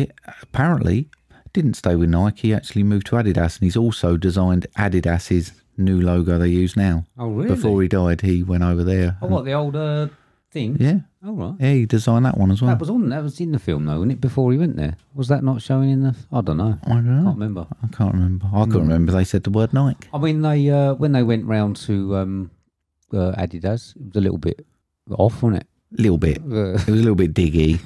S2: Yeah, apparently didn't stay with Nike. He actually moved to Adidas, and he's also designed Adidas's new logo they use now.
S1: Oh, really?
S2: Before he died, he went over there.
S1: Oh, what, the old uh, thing?
S2: Yeah,
S1: All right.
S2: yeah, he designed that one as well.
S1: That was on. That was in the film, though, wasn't it? Before he went there, was that not showing in the? I don't know.
S2: I don't
S1: Can't
S2: know.
S1: remember.
S2: I can't remember. I
S1: Hmm.
S2: couldn't remember. They said the word Nike.
S1: I mean, they uh, when they went round to um, uh, Adidas, it was a little bit off, wasn't it? <laughs>
S2: Little bit.
S1: Uh,
S2: It was a little bit diggy.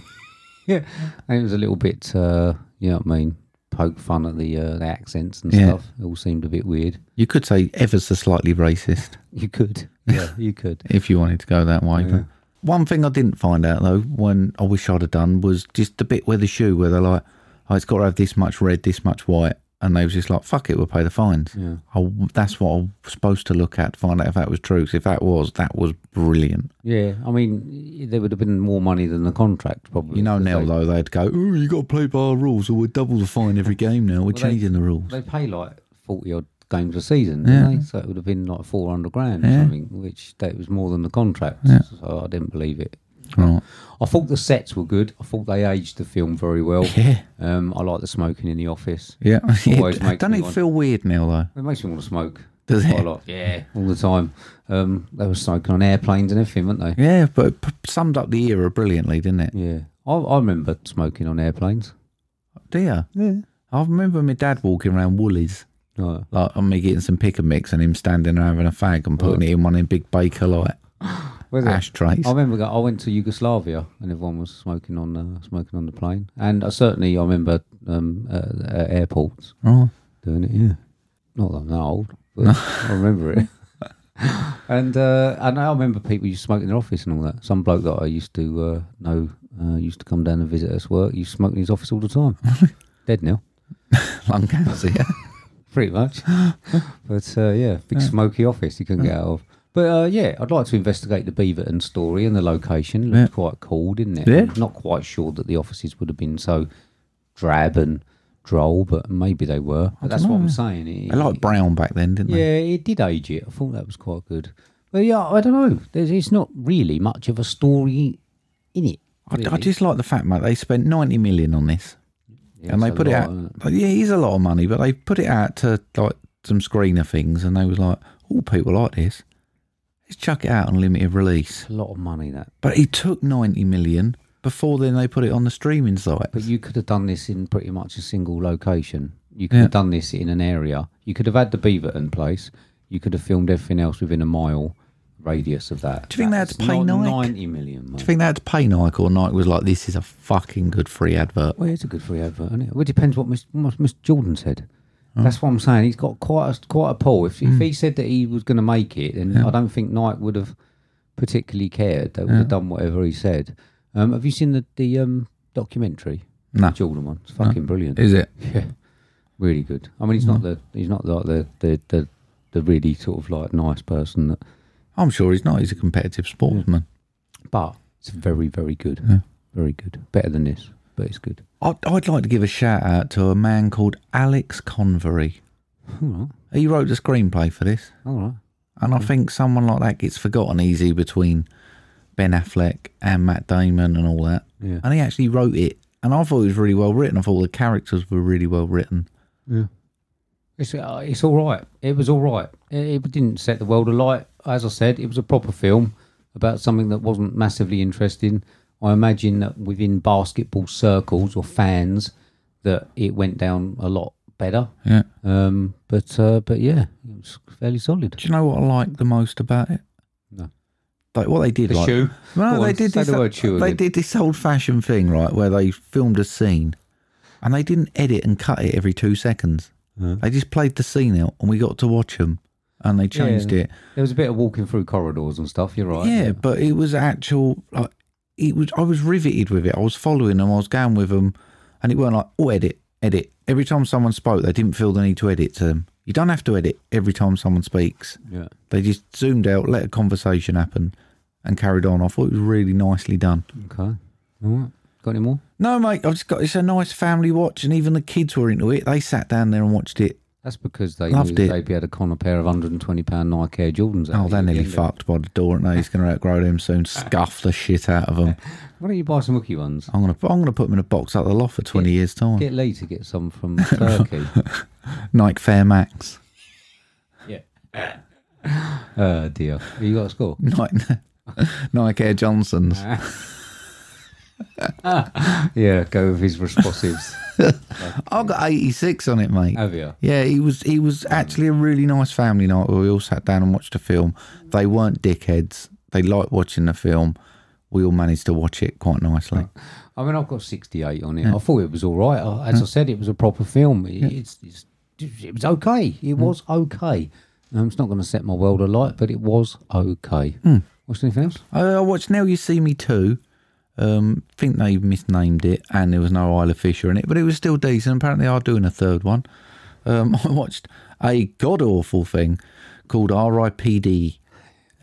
S1: yeah, and it was a little bit. Uh, you know what I mean? Poke fun at the uh, the accents and
S2: Yeah.
S1: stuff. It all seemed a bit weird.
S2: You could say ever so slightly racist
S1: You <laughs> could, yeah, you could.
S2: if you wanted to go that way. But one thing I didn't find out though, when I wish I'd have done, was just the bit where the shoe, where they're like, "Oh, it's got to have this much red, this much white," and they was just like, "Fuck it, we'll pay the fines."
S1: Yeah.
S2: I, that's what I was supposed to look at to find out if that was true. 'cause if that was, that was brilliant.
S1: Yeah, I mean, there would have been more money than the contract, probably.
S2: You know,
S1: 'cause
S2: now
S1: they-
S2: though, they'd go, "Oh, you got to play by our rules, or we'll double the fine every game now. We're
S1: they-
S2: changing the rules."
S1: they pay like forty odd games a season, didn't
S2: Yeah.
S1: they? So it would have been like four hundred grand or
S2: Yeah.
S1: something, which that was more than the contract. So I didn't believe it.
S2: Right.
S1: I thought the sets were good. I thought they aged the film very well.
S2: <laughs> Yeah.
S1: Um, I like the smoking in the office.
S2: Yeah. <laughs>
S1: Always makes
S2: Doesn't
S1: me
S2: it
S1: want-
S2: feel weird now though?
S1: It makes me want to
S2: <laughs>
S1: smoke.
S2: Does
S1: quite
S2: it?
S1: A lot. Yeah, all the time. Um, they were smoking on airplanes and everything, weren't they?
S2: Yeah, but it p- summed up the era brilliantly, didn't it?
S1: Yeah. I, I remember smoking on airplanes.
S2: Do you? Yeah. I remember my dad walking around Woolies,
S1: Right.
S2: like on me getting some pick and mix, and him standing there having a fag and putting it in one of them big baker like <laughs>
S1: Was it?
S2: ashtrays.
S1: I remember go- I went to Yugoslavia and everyone was smoking on uh, smoking on the plane, and I certainly I remember um, uh, at airports
S2: Right.
S1: doing it. Yeah, not that I'm that old, but <laughs> I remember it. and uh, and I remember people used to smoke in their office and all that. Some bloke that I used to uh, know uh, used to come down and visit us work. Used to smoke in his office all the time. Dead now,
S2: lung cancer. Yeah.
S1: pretty much.
S2: <gasps>
S1: but uh, yeah, big smoky office you couldn't get out of. But uh, yeah, I'd like to investigate the Beaverton story and the location. It looked quite cool, didn't it?
S2: Yeah.
S1: I'm not quite sure that the offices would have been so drab and droll, but maybe they were. But that's what I'm saying. It-
S2: They liked brown back then, didn't they?
S1: yeah, it did age it. I thought that was quite good. But yeah, I don't know. There's, it's not really much of a story in it.
S2: I, I just like the fact, mate, they spent 90 million on this.
S1: Yeah,
S2: and they
S1: it's a
S2: put it
S1: lot,
S2: out.
S1: isn't it?
S2: like, yeah, it is a lot of money, but they put it out to like some screener things, and they was like, "Oh, people like this. Let's chuck it out on limited release."
S1: It's a lot of money that.
S2: But it took 90 million before then they put it on the streaming site.
S1: But you could have done this in pretty much a single location. You could
S2: Yeah.
S1: have done this in an area. You could have had the Beaverton place. You could have filmed everything else within a mile. radius of that.
S2: Do you think they had to
S1: That's
S2: pay
S1: not
S2: Nike?
S1: 90 million.
S2: Do you think they had to pay Nike or Nike was like, this is a fucking good free advert?
S1: Well, it's a good free advert, isn't it? Well, it depends what Mr. What Mr. Jordan said.
S2: Hmm.
S1: That's what I'm saying. He's got quite a, quite a pull. If, if he said that he was going to make it, then I don't think Knight would have particularly cared. They would have done whatever he said. Um, have you seen the the um, documentary?
S2: No.
S1: The Jordan one. It's fucking brilliant.
S2: Is it?
S1: Yeah, really good. I mean, he's not the he's not like the the, the the really sort of like nice person that,
S2: I'm sure he's not. He's a competitive sportsman.
S1: but it's very very good, very good. Better than this, but it's good.
S2: I'd, I'd like to give a shout out to a man called Alex Convery.
S1: All right,
S2: He wrote the screenplay for this.
S1: all right.
S2: And I think someone like that gets forgotten easy between Ben Affleck and Matt Damon and all that.
S1: Yeah.
S2: And he actually wrote it. And I thought it was really well written. I thought the characters were really well written.
S1: It's uh, it's all right. It was all right. It, it didn't set the world alight. As I said, it was a proper film about something that wasn't massively interesting. I imagine that within basketball circles or fans, that it went down a lot better.
S2: Yeah.
S1: Um. But uh, but yeah, it was fairly solid.
S2: Do you know what I liked the most about it?
S1: No.
S2: Like what they did,
S1: The
S2: like
S1: shoe?
S2: Well,
S1: Go
S2: they
S1: on,
S2: did
S1: say
S2: this,
S1: the word shoe
S2: They
S1: again.
S2: did this old-fashioned thing, right, where they filmed a scene, and they didn't edit and cut it every two seconds. They just played the scene out, and we got to watch them, and they changed
S1: Yeah.
S2: it.
S1: There was a bit of walking through corridors and stuff. You're right.
S2: yeah, but it was actual. Like, it was. I was riveted with it. I was following them. I was going with them, and it weren't like oh edit, edit. Every time someone spoke, they didn't feel the need to edit to them. You don't have to edit every time someone speaks.
S1: Yeah.
S2: They just zoomed out, let a conversation happen, and carried on. I thought it was really nicely done.
S1: Okay. All right. Got any more?
S2: No, mate, I've just got it's a nice family watch, and even the kids were into it. They sat down there and watched it.
S1: That's because they
S2: Loved
S1: knew
S2: it.
S1: they'd be able to con a pair of 120 pound Nike Air Jordans. out
S2: Oh,
S1: of
S2: they're
S1: you
S2: nearly
S1: again, then.
S2: fucked by the door, and they? he's going to outgrow them soon. Scuff the shit out of them.
S1: Why don't you buy some Wookie ones?
S2: I'm going to I'm going to put them in a box up the loft for twenty years time.
S1: Get Lee to get some
S2: <laughs>
S1: from Turkey.
S2: Nike Fair Max.
S1: yeah. <laughs> Oh dear. Have you got a
S2: <laughs>
S1: score?
S2: <laughs> Nike, Nike Air Johnsons.
S1: Yeah, go with his responsives.
S2: I got 86 on it, mate.
S1: Have you?
S2: Yeah, he was he was actually a really nice family night where we all sat down and watched a film. They weren't dickheads. They liked watching the film. We all managed to watch it quite nicely.
S1: I mean, I've got 68 on it. I thought it was all right. I- As I said, it was a proper film. It, it's, it's, it was okay. It was okay. Um, it's not going to set my world alight, but it was okay. What's anything else?
S2: I, I watched Now You See Me Too. Um, think they misnamed it, and there was no Isla Fisher in it, but it was still decent. Apparently, they are doing a third one. Um, <laughs> I watched a god awful thing called R.I.P.D.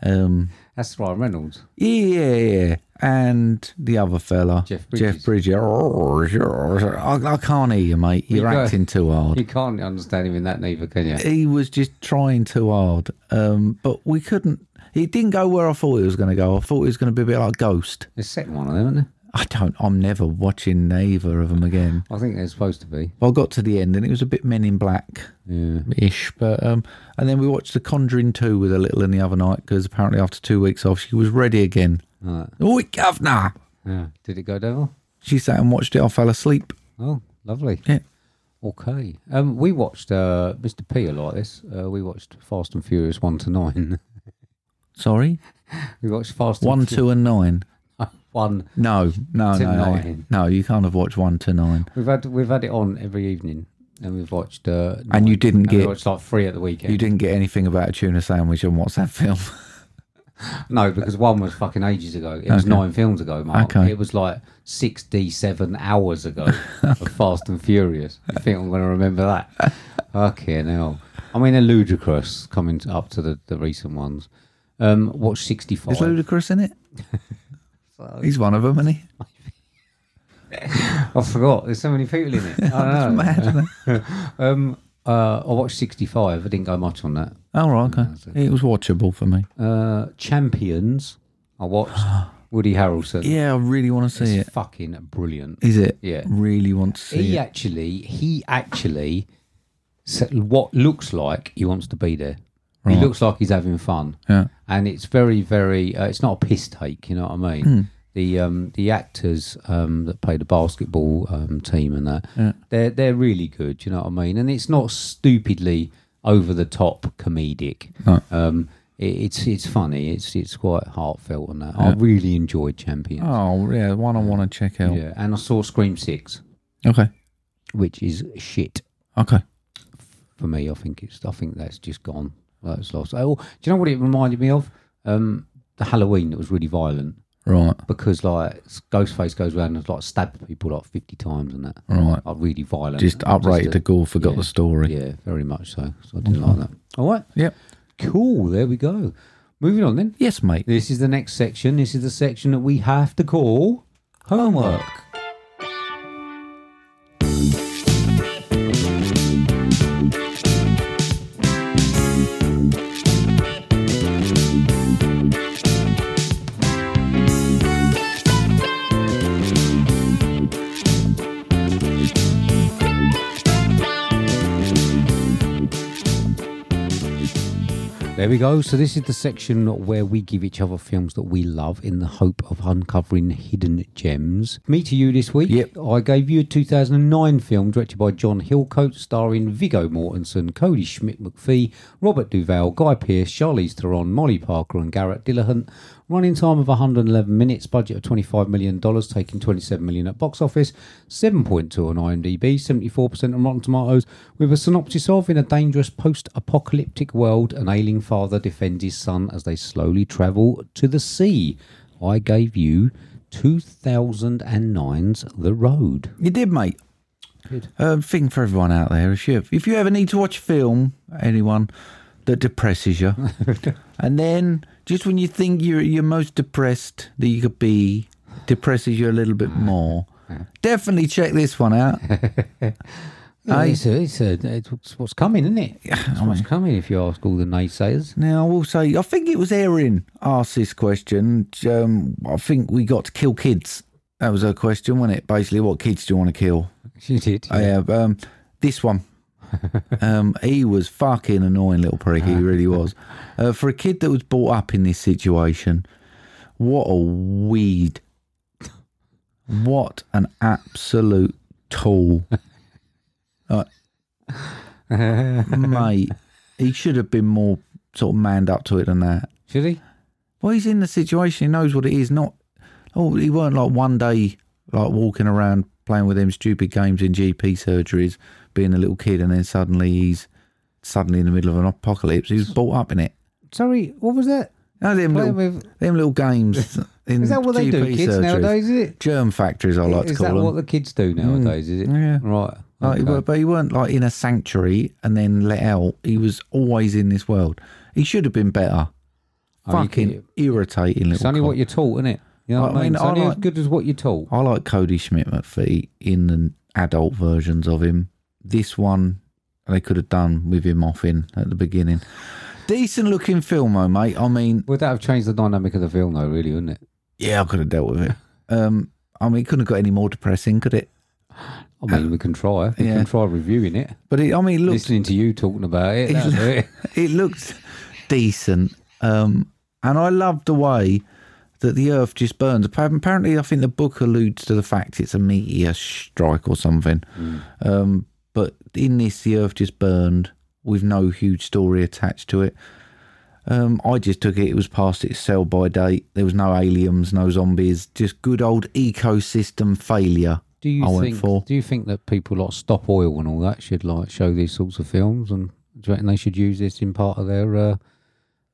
S2: Um,
S1: That's Ryan Reynolds.
S2: Yeah, yeah, yeah. And the other fella,
S1: Jeff Bridges.
S2: Jeff Bridger. I, I can't hear you, mate. You're
S1: You go-
S2: acting too
S1: You
S2: hard.
S1: can't understand him in that neither, can you?
S2: He was just trying too hard. Um, but we couldn't. It didn't go where I thought it was going to go. I thought it was going to be a bit like Ghost.
S1: There's a second one of them, isn't there?
S2: I don't. I'm never watching neither of them again.
S1: I think there's supposed to be.
S2: I got to the end and it was a bit Men in Black
S1: Yeah.
S2: ish. But um, and then we watched The Conjuring Two with a little in the other night because apparently after two weeks off, she was ready again.
S1: Right.
S2: Oi, governor!
S1: Yeah. Did it go devil?
S2: She sat and watched it. I fell asleep.
S1: Oh, lovely.
S2: Yeah.
S1: Okay. Um, we watched uh, Mr. P a lot. This uh, we watched Fast and Furious one to nine. <laughs>
S2: Sorry,
S1: we watched Fast
S2: one,
S1: and Fu-
S2: two, and nine.
S1: one.
S2: No, no,
S1: To
S2: no,
S1: nine.
S2: no. You can't have watched one to nine.
S1: We've had we've had it on every evening, and we've watched. Uh,
S2: And you didn't
S1: we
S2: get-
S1: watched like three at the weekend.
S2: You didn't get anything about a tuna sandwich on what's that <laughs> film?
S1: No, because one was fucking ages ago. It was nine films ago, Mark.
S2: Okay.
S1: It was like sixty-seven hours
S2: <laughs>
S1: ago of Fast and Furious. You think I'm going to remember that? Okay, now I mean they're ludicrous coming to, up to the, the recent ones. Um, watch sixty-five.
S2: Is Ludacris
S1: <laughs>
S2: in it? He's one of them, isn't he?
S1: I forgot. There's so many people in
S2: <laughs>
S1: it. I don't know.
S2: Mad, isn't he?
S1: <laughs> Um, uh, I watched 65. I didn't go much on that.
S2: Oh, right, okay. It was watchable for me.
S1: Uh, Champions. I watched <gasps> Woody Harrelson.
S2: Yeah, I really want to see
S1: It's
S2: it.
S1: fucking brilliant.
S2: Is it?
S1: Yeah.
S2: Really want to see
S1: he
S2: it.
S1: actually, he actually, set what looks like he wants to be there. He looks like he's having fun.
S2: Yeah.
S1: and it's very, very. Uh, it's not a piss take. You know what I mean? The um the actors um that play the basketball um team and that they're they're really good. You know what I mean? And it's not stupidly over the top comedic. Um, it, it's it's funny. It's it's quite heartfelt and that. I really enjoyed Champions.
S2: Oh, yeah, one I want to check out.
S1: Yeah, and I saw Scream Six,
S2: Okay.
S1: which is shit
S2: Okay.
S1: for me. I think it's I think that's just gone. That's lost. Oh, do you know what it reminded me of? Um, the Halloween that was really violent
S2: Right.
S1: because like Ghostface goes around and like stab people like fifty times and that.
S2: Right.
S1: Like really violent.
S2: Just uprated
S1: a-
S2: the gore, forgot the story.
S1: Yeah, very much so. So I didn't like that. All right.
S2: Yep.
S1: Cool. There we go. Moving on then.
S2: Yes, mate.
S1: This is the next section. This is the section that we have to call homework. There we go. So this is the section where we give each other films that we love in the hope of uncovering hidden gems. Me to you this week.
S2: Yep.
S1: I gave you a 2009 film directed by John Hillcoat, starring Viggo Mortensen, Cody Schmidt McPhee, Robert Duvall, Guy Pearce, Charlize Theron, Molly Parker, and Garrett Dillahunt. Running time of 111 minutes, budget of 25 million dollars, taking 27 million at box office, 7.2 on IMDb, 74% on Rotten Tomatoes, with a synopsis of in a dangerous post-apocalyptic world, an ailing father defends his son as they slowly travel to the sea. I gave you 2009's The Road.
S2: You did, mate.
S1: Good.
S2: Um, thing for everyone out there, if you if you ever need to watch a film, anyone that depresses you, and then just when you think you're you're most depressed that you could be, depresses you a little bit more. Definitely check this one out.
S1: Yeah, it's, a, it's, a, it's what's coming, isn't it? It's what's coming if you ask all the naysayers. <laughs>
S2: Now I will say, I think it was Erin asked this question. Um, I think we got to kill kids. That was her question, wasn't it? Basically, what kids do you want to kill?
S1: She did.
S2: I have um, this one. um, he was fucking annoying little prick. He really was. Uh, for a kid that was brought up in this situation, what a weed! What an absolute tool, uh, mate. He should have been more sort of manned up to it than that.
S1: Should he?
S2: Well, he's in the situation. He knows what it is. Not, oh, he weren't like one day like walking around playing with them stupid games in GP surgeries, being a little kid, and then suddenly he's suddenly in the middle of an apocalypse. He was brought up in it.
S1: Sorry, what was that?
S2: No, them
S1: Playing
S2: little,
S1: with-
S2: them little games
S1: <laughs>
S2: in
S1: Is that what they
S2: GP
S1: do, kids
S2: surgeries.
S1: nowadays? Is it?
S2: Germ factories, I like
S1: is that
S2: to call them. Hmm.
S1: what the kids do nowadays? Is it?
S2: yeah.
S1: Right.
S2: Like, he
S1: okay.
S2: were- but he weren't like in a sanctuary and then let out. He was always in this world. He should have been better.
S1: Oh, you-
S2: Fucking irritating little.
S1: It's only
S2: cunt.
S1: what you're taught, isn't it? You know
S2: I
S1: what I mean?
S2: mean,
S1: It's
S2: I
S1: only as
S2: like-
S1: good as what you're taught.
S2: I like Cody Schmidt McPhee in the adult versions of him. This one they could have done with him off in at the beginning. Decent looking film though, mate. I mean,
S1: Would that have changed the dynamic of the film, though? Really, wouldn't it?
S2: yeah, I could have dealt with it. Um, I mean, it couldn't have got any more depressing, could it?
S1: I mean, we can try. We
S2: yeah.
S1: can try reviewing it,
S2: But it, I mean, it looked,
S1: listening to you talking about it.
S2: <laughs>
S1: that'll do it.
S2: it looked decent. Um, and I love the way that the Earth just burns. Appa- Apparently, I think the book alludes to the fact it's a meteor strike or something. Um, but in this, the Earth just burned with no huge story attached to it. Um, I just took it. It was past its sell by date. There was no aliens, no zombies, just good old ecosystem failure.
S1: Do you
S2: I went
S1: think?
S2: for-
S1: Do you think that people like Stop Oil and all that should like show these sorts of films, and do you reckon they should use this in part of their uh,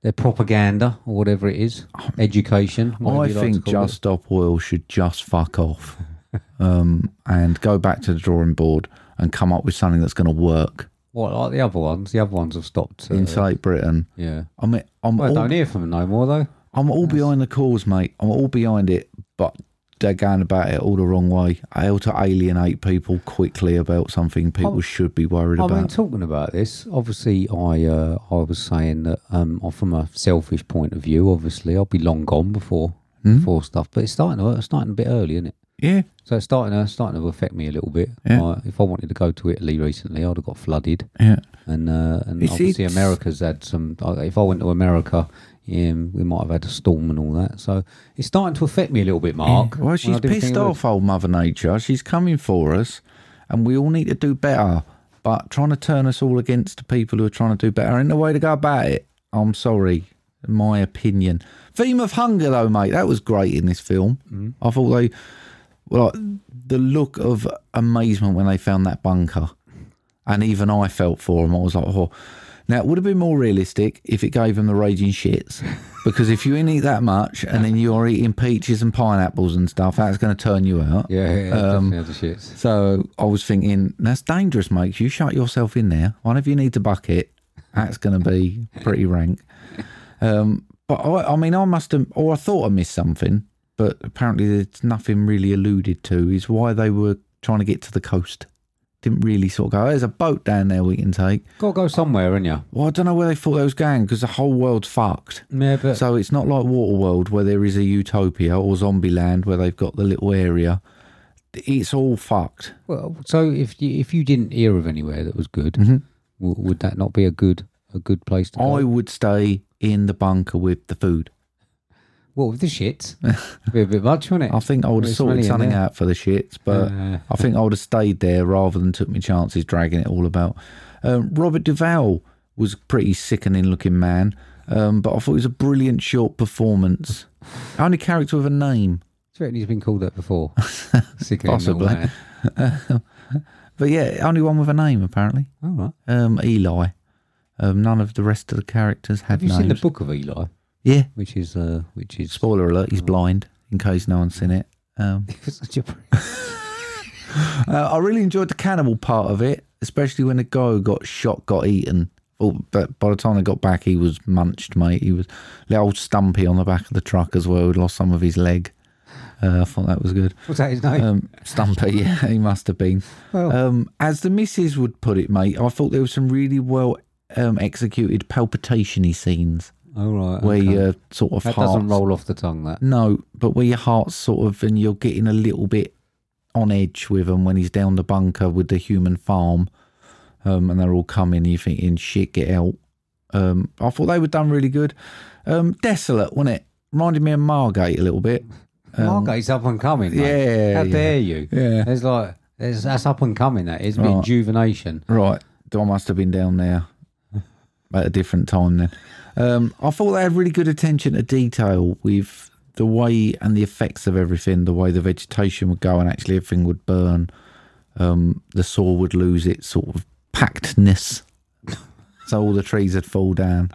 S1: their propaganda or whatever it is, education? whatever
S2: Um, I
S1: you like to
S2: think
S1: call it.
S2: Just Stop Oil should just fuck off <laughs> um, and go back to the drawing board and come up with something that's going to work
S1: what like the other ones. The other ones have stopped. uh,
S2: in Great Britain.
S1: yeah.
S2: I mean, I'm
S1: Well, I
S2: Um, all,
S1: don't hear from them no more though.
S2: I'm all behind the cause, mate. I'm all behind it, but they're going about it all the wrong way. I ought to alienate people quickly about something people should be worried
S1: I
S2: about.
S1: mean, talking about this, obviously, I uh, I was saying that um, I- from a selfish point of view, obviously, I'll be long gone before
S2: Hmm?
S1: before stuff. But it's starting to, it's starting a bit early, isn't it?
S2: yeah,
S1: So it's starting to it's starting to affect me a little bit.
S2: Yeah.
S1: Like, if I wanted to go to Italy recently, I'd have got flooded,
S2: yeah.
S1: and uh, and
S2: It's-
S1: obviously
S2: it's-
S1: America's had some. uh, If I went to America, um, we might have had a storm and all that. So it's starting to affect me a little bit, Mark.
S2: Well,
S1: when
S2: she's
S1: I didn't think
S2: pissed
S1: it would.
S2: off, old Mother Nature. She's coming for us, and we all need to do better. But trying to turn us all against the people who are trying to do better ain't the way to go about it. I'm sorry. in my opinion. Theme of hunger, though, mate, that was great in this film.
S1: Mm.
S2: I thought they, well, like, the look of amazement when they found that bunker, and even I felt for them. I was like, oh. Now it would have been more realistic if it gave them the raging shits, because if you didn't eat that much and then you're eating peaches and pineapples and stuff, that's going to turn you out.
S1: Yeah, yeah,
S2: Um,
S1: definitely had the shits.
S2: so I was thinking, that's dangerous, mate. You shut yourself in there. One of you needs a bucket. That's going to be pretty rank. Um, but I, I mean, I must have, or I thought I missed something, but apparently there's nothing really alluded to is why they were trying to get to the coast. Didn't really sort of go, there's a boat down there we can take.
S1: Got to go somewhere, ain't you?
S2: Well, I don't know where they thought they was going because the whole world's fucked.
S1: Yeah, but
S2: So it's not like Waterworld where there is a utopia or Zombieland where they've got the little area. It's all fucked.
S1: well, so if you if you didn't hear of anywhere that was good, w- would that not be a good a good place to go?
S2: Mm-hmm. I would stay in the bunker with the food.
S1: well, with the shits, be a bit much, wouldn't it?
S2: <laughs> I think I would have
S1: It's
S2: sorted
S1: smelly in
S2: something
S1: there.
S2: out for the shits, but
S1: Yeah.
S2: I think I would have stayed there rather than took my chances dragging it all about. Um, Robert Duvall was a pretty sickening looking man, um, but I thought it was a brilliant short performance.
S1: <laughs>
S2: Only character with a name.
S1: I reckon he's been called that
S2: <laughs>
S1: before. Sickening old
S2: Possibly.
S1: man.
S2: But yeah, only one with a name apparently.
S1: All right.
S2: Um, Eli. Um, none of the rest of the characters had
S1: Have you
S2: names.
S1: seen the book of Eli?
S2: Yeah.
S1: Which is uh, which is
S2: Spoiler alert: he's blind. In case no one's seen it. Um,
S1: <laughs> such a
S2: Uh, I really enjoyed the cannibal part of it, especially when the guy got shot, got eaten. Oh, but by the time they got back, he was munched, mate. He was the old Stumpy on the back of the truck as well. He'd lost some of his leg. Uh, I thought that was good.
S1: What's that his name? <laughs>
S2: Um, Stumpy, <laughs> yeah, he must have been.
S1: Well-
S2: Um, as the missus would put it, mate, I thought there was some really well um, executed palpitation-y scenes
S1: All right.
S2: where
S1: okay.
S2: your sort of
S1: that
S2: heart
S1: doesn't roll off the tongue. That
S2: no, but where your heart's sort of, and you're getting a little bit on edge with him when he's down the bunker with the human farm, um, and they're all coming. And you're thinking, shit, get out. Um, I thought they were done really good. Um, desolate, wasn't it? Reminded me of Margate a little bit.
S1: Margate's up and coming. Mate.
S2: Um, yeah,
S1: How
S2: yeah.
S1: dare you?
S2: Yeah.
S1: There's like there's, that's up and coming. That is a bit
S2: Right.
S1: rejuvenation.
S2: Right, I must have been down there at a different time then. Um, I thought they had really good attention to detail with the way and the effects of everything, the way the vegetation would go and actually everything would burn. Um, the soil would lose its sort of packedness, <laughs> so all the trees would fall down.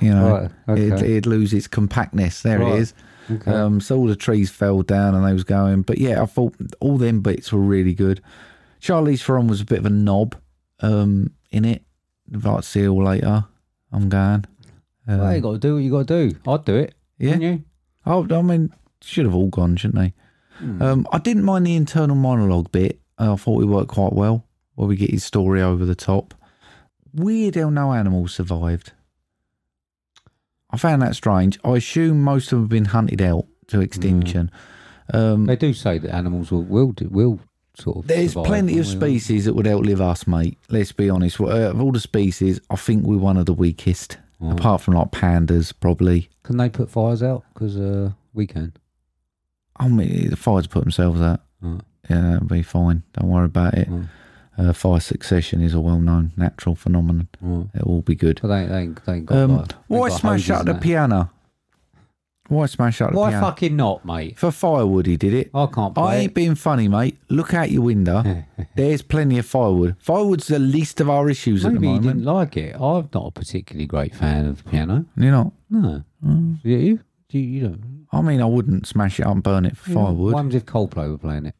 S2: You know,
S1: Right,
S2: it'd,
S1: okay.
S2: it'd lose its compactness. There it
S1: Right.
S2: is. Um, so all the trees fell down and they was going. But yeah, I thought all them bits were really good. Charlie's Theron was a bit of a knob um, in it. Right, see you all later. I'm going. Um,
S1: well, you got to do what you got to do. I'd do it.
S2: Yeah.
S1: Wouldn't you?
S2: Oh, I mean, should have all gone, shouldn't they? Um, I didn't mind the internal monologue bit. I thought we worked quite well where we get his story over the top. Weird how no animals survived. I found that strange. I assume most of them have been hunted out to extinction. Um,
S1: They do say that animals will will, do, will sort of.
S2: There's
S1: survive,
S2: plenty of
S1: won't they?
S2: species that would outlive us, mate. Let's be honest. Well, Out of all the species, I think we're one of the weakest, apart from like pandas, probably.
S1: Can they put fires out? Because uh, we can.
S2: I mean, the fires put themselves out.
S1: Right.
S2: Yeah, that'll be fine. Don't worry about it.
S1: Right.
S2: Uh, fire succession is a well-known natural phenomenon.
S1: Right.
S2: It'll all be good.
S1: But they they ain't, they ain't Mm. got.
S2: Um,
S1: like, they
S2: why
S1: got
S2: smash
S1: hoses
S2: out
S1: and
S2: the
S1: that.
S2: piano? Why smash out the
S1: Why
S2: piano?
S1: fucking not, mate?
S2: For firewood, he did it.
S1: I can't play
S2: I
S1: it.
S2: ain't being funny, mate. Look out your
S1: <laughs>
S2: window. There's plenty of firewood. Firewood's the least of our issues at the
S1: Maybe you
S2: moment.
S1: didn't like it. I'm not a particularly great fan of piano.
S2: You're not.
S1: No.
S2: Mm.
S1: Yeah, you? Do you, you don't?
S2: I mean, I wouldn't smash it up and burn it for firewood.
S1: What happens if Coldplay were playing it?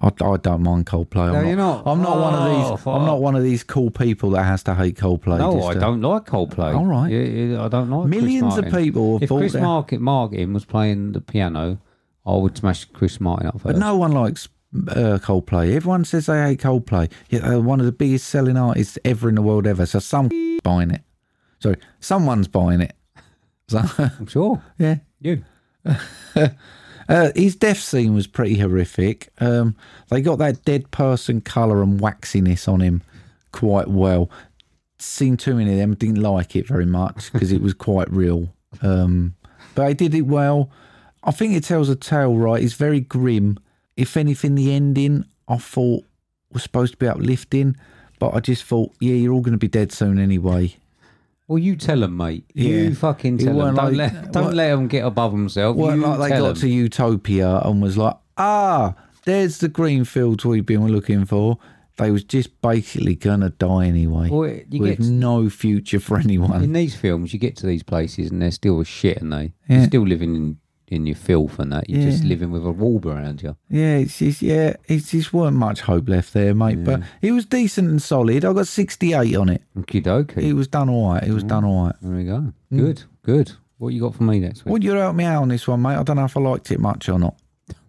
S2: I, I don't mind Coldplay. I'm
S1: No, you're not.
S2: I'm not one of
S1: Oh,
S2: these. I'm not one of these cool people that has to hate Coldplay.
S1: No,
S2: just uh,
S1: I
S2: to-
S1: don't like Coldplay.
S2: All right.
S1: Yeah, yeah, I don't like Chris
S2: Millions of
S1: Martin.
S2: people have
S1: If
S2: bought
S1: Chris
S2: their-
S1: Martin, Martin was playing the piano, I would smash Chris Martin up first.
S2: But no one likes uh, Coldplay. Everyone says they hate Coldplay. Yet they're one of the biggest selling artists ever in the world ever. So some <laughs> buying it. Sorry, someone's buying it. So <laughs>
S1: I'm sure.
S2: yeah,
S1: You.
S2: Uh, his death scene was pretty horrific. Um, they got that dead person colour and waxiness on him quite well. Seen too many of them, didn't like it very much because it was quite real. Um, but he did it well. I think it tells a tale, right? It's very grim. If anything, the ending I thought was supposed to be uplifting, but I just thought, yeah, you're all going to be dead soon anyway.
S1: Well, you tell them, mate. You
S2: Yeah.
S1: fucking
S2: It
S1: tell them.
S2: weren't
S1: Don't,
S2: like- <laughs>
S1: let, don't
S2: weren't-
S1: let them get above themselves.
S2: Well,
S1: you
S2: like they
S1: tell
S2: got
S1: 'em.
S2: to Utopia and was like, ah, there's the green fields we've been looking for. They was just basically gonna die anyway.
S1: Well, you
S2: with
S1: get-
S2: no future for
S1: In
S2: anyone.
S1: these films, you get to these places and they're still as shit, and they
S2: Yeah.
S1: you're still living in, in your filth and that. You're just
S2: Yeah.
S1: living with a wall around you.
S2: Yeah, it's just yeah, it's just weren't much hope left there, mate. But it was decent and solid. I got sixty eight on it.
S1: Okie dokie.
S2: It was done all right. It
S1: Hmm.
S2: was done all right.
S1: There we go.
S2: Mm.
S1: Good, good. What you got for me next week?
S2: Would you help me out on this one, mate? I don't know if I liked it much or not.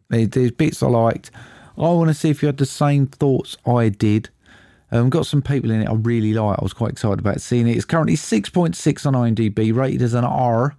S2: There- There's bits I liked. I want to see if you had the same thoughts I did. Um, got some people in it I really like. I was quite excited about seeing it. It's currently 6.6 on IMDb, rated as an R.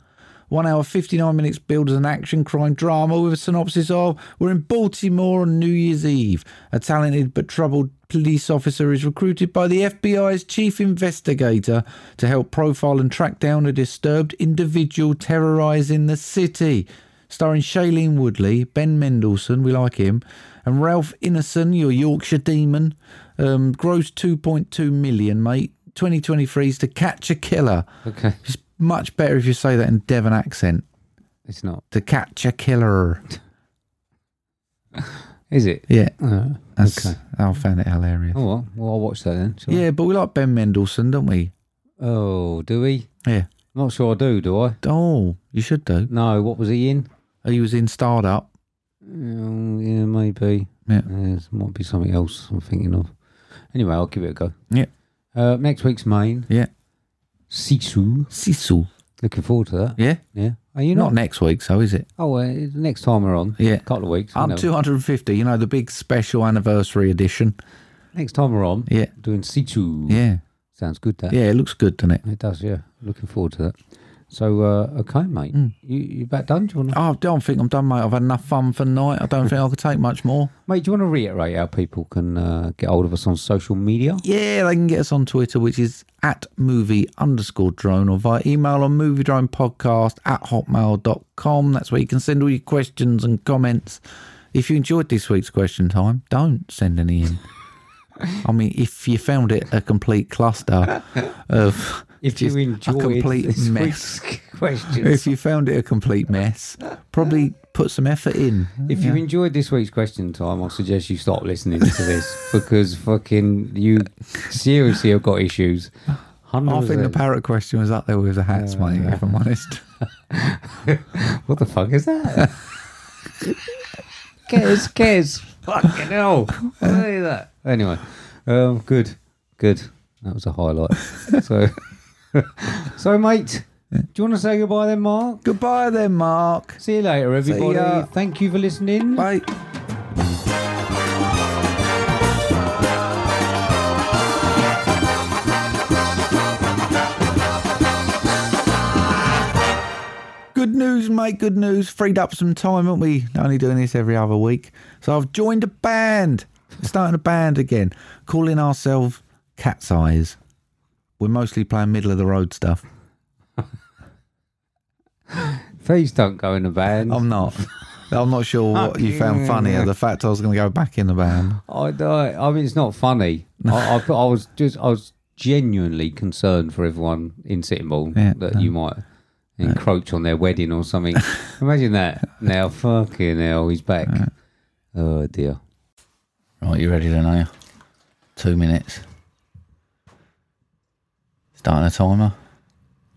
S2: One hour, 59 minutes, billed as an action crime drama with a synopsis of We're in Baltimore on New Year's Eve. A talented but troubled police officer is recruited by the FBI's chief investigator to help profile and track down a disturbed individual terrorizing the city. Starring Shailene Woodley, Ben Mendelsohn, we like him, and Ralph Ineson, your Yorkshire demon. Um, gross 2.2 million, mate. 2023's To Catch a Killer.
S1: Okay,
S2: It's much better if you say that in Devon accent.
S1: it's not.
S2: To catch a killer.
S1: Is it?
S2: Yeah.
S1: Uh,
S2: That's,
S1: okay.
S2: I found it hilarious.
S1: Oh well, well I'll watch that then. shall I?
S2: yeah, but we like Ben Mendelsohn, don't we?
S1: Oh, do we?
S2: Yeah.
S1: Not sure I do. Do I?
S2: Oh, you should do.
S1: No. What was he in?
S2: He was in Startup.
S1: Oh, yeah, maybe.
S2: Yeah.
S1: Uh, it might be something else I'm thinking of. Anyway, I'll give it a go.
S2: Yeah.
S1: Uh, next week's main,
S2: Yeah.
S1: Sisu.
S2: Sisu.
S1: Looking forward to that.
S2: Yeah.
S1: Yeah. Are you
S2: Not
S1: not?
S2: next week, so is it?
S1: Oh, uh, next time we're on.
S2: Yeah.
S1: couple of weeks. you
S2: I'm
S1: know.
S2: 250, you know, the big special anniversary edition.
S1: Next time we're on.
S2: Yeah.
S1: Doing Sisu.
S2: Yeah.
S1: Sounds good, that.
S2: Yeah, it looks good, doesn't it?
S1: It does, yeah. Looking forward to that. So, uh, okay, mate.
S2: Mm.
S1: You, you about done? Do you want to,
S2: Oh, I don't think I'm done, mate. I've had enough fun for the night. I don't think I could take much more.
S1: mate? Do you want to reiterate how people can uh, get hold of us on social media?
S2: Yeah, they can get us on Twitter, which is at movie underscore drone, or via email on movie drone podcast at hotmail.com. That's where you can send all your questions and comments. If you enjoyed this week's question time, don't send
S1: <laughs>
S2: any in. I mean, if you found it a complete cluster of
S1: <laughs> If
S2: just
S1: you
S2: a
S1: enjoyed
S2: complete
S1: this
S2: mess,
S1: week's <laughs> questions,
S2: if you found it a complete mess, probably put some effort in.
S1: If you enjoyed this week's question time, I suggest you stop listening to
S2: <laughs>
S1: this because fucking you seriously have got issues.
S2: I
S1: 100%.
S2: think the parrot question was up there with the hats, mate. If
S1: <laughs>
S2: I'm honest.
S1: what the fuck is
S2: <laughs>
S1: that? Kez, Kez, fucking
S2: <laughs>
S1: hell! What is that? Anyway, um, good, good. That was a highlight. so, <laughs> so mate, do you want to say goodbye then, Mark?
S2: Goodbye then, Mark.
S1: See you later, everybody.
S2: ya.
S1: Thank you for listening.
S2: Bye. Good news, mate. Good news. Freed up some time, haven't we? Only doing this every other week. So I've joined a band. Starting a band again. Calling ourselves Cat's Eyes. We're mostly playing middle of the road stuff.
S1: Please don't go in the van.
S2: I'm not. I'm not sure what you found funnier. The fact I was going to go back in the band.
S1: I, uh, I, I mean, it's not
S2: <laughs>
S1: funny. I, I, thought- I was just, I was genuinely concerned for everyone in Sitting Bull
S2: Yeah,
S1: that you might encroach on their wedding or
S2: <laughs>
S1: something. Imagine that. Now, fucking hell, he's back. Oh, dear.
S2: Right, you ready then, are you? Two minutes. Starting a timer.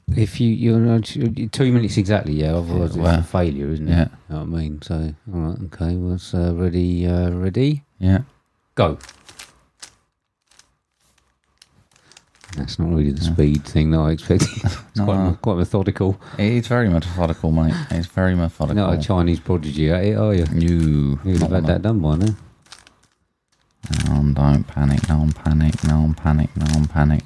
S1: If you, you're not- two minutes exactly, yeah, otherwise
S2: Yeah, well,
S1: it's a failure, isn't it?
S2: yeah.
S1: You know what I mean? So, all right, okay, well, it's uh, ready, uh, ready,
S2: Yeah.
S1: go. That's not really the speed thing that I expected. <laughs> it's
S2: No,
S1: quite,
S2: no.
S1: quite methodical.
S2: It's very methodical, mate. It's very methodical.
S1: Not a Chinese prodigy, are you? Are you?
S2: you.
S1: You'd have had that done by now.
S2: Um, don't panic, don't panic, don't panic, don't panic.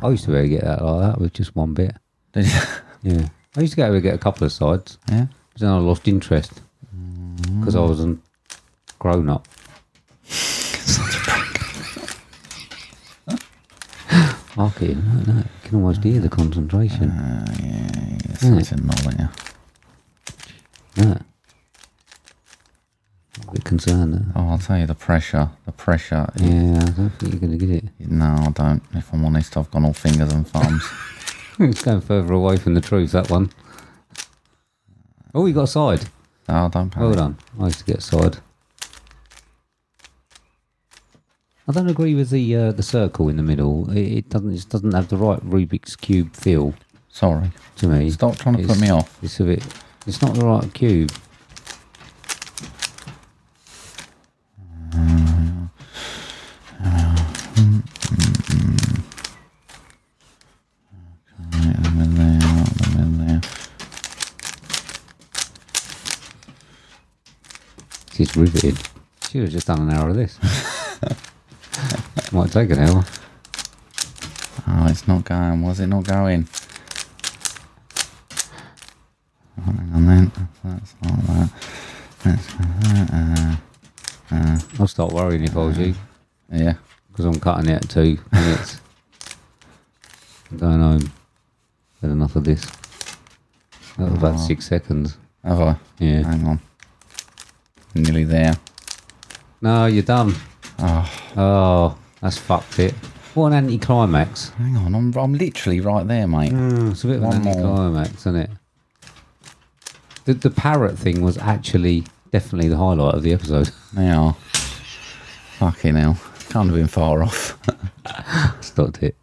S1: I used to be able to get that like that with just one bit. Yeah. I used to be able to get a couple of sides,
S2: yeah?
S1: but then I lost interest
S2: Mm.
S1: because I wasn't grown
S2: <laughs>
S1: up. Fuck it, no, no, you can almost hear the concentration.
S2: Ah, It's such a novel, yeah.
S1: Yeah. A bit concern. That.
S2: Oh, I'll tell you the pressure. The pressure. is-
S1: Yeah, I don't think you're going to get
S2: No, I don't. If I'm honest, I've gone all fingers and thumbs.
S1: it. <laughs> it's going further away from the truth, that one. Oh, you got a side.
S2: no, Ah, I don't.
S1: Well
S2: panic.
S1: done. I used to get a side. I don't agree with the uh, the circle in the middle. It, it doesn't it doesn't have the right Rubik's cube feel
S2: Sorry.
S1: to me.
S2: Stop trying to put
S1: It's-
S2: me off.
S1: It's a bit. It's not the right cube.
S2: Right, I'm in there. I'm in there.
S1: It's riveted. Should have just done an hour of this. <laughs> Might take an hour.
S2: Oh, it's not going. Was it not going? Hang on then. That's not that.
S1: I'll start worrying if I was you,
S2: Yeah.
S1: because I'm cutting it at two minutes. Going home. Had enough of this. That was
S2: Oh.
S1: about six seconds.
S2: Have I?
S1: Yeah.
S2: Hang on. Nearly there.
S1: No, you're done. Oh, that's fucked it. What an anticlimax.
S2: Hang on. I'm, I'm literally right there, mate.
S1: It's a bit of an
S2: One more.
S1: anticlimax, isn't it? The, the parrot thing was actually definitely the highlight of the episode. <laughs>
S2: They are. Fucking hell. Can't have been far off.
S1: Stopped it.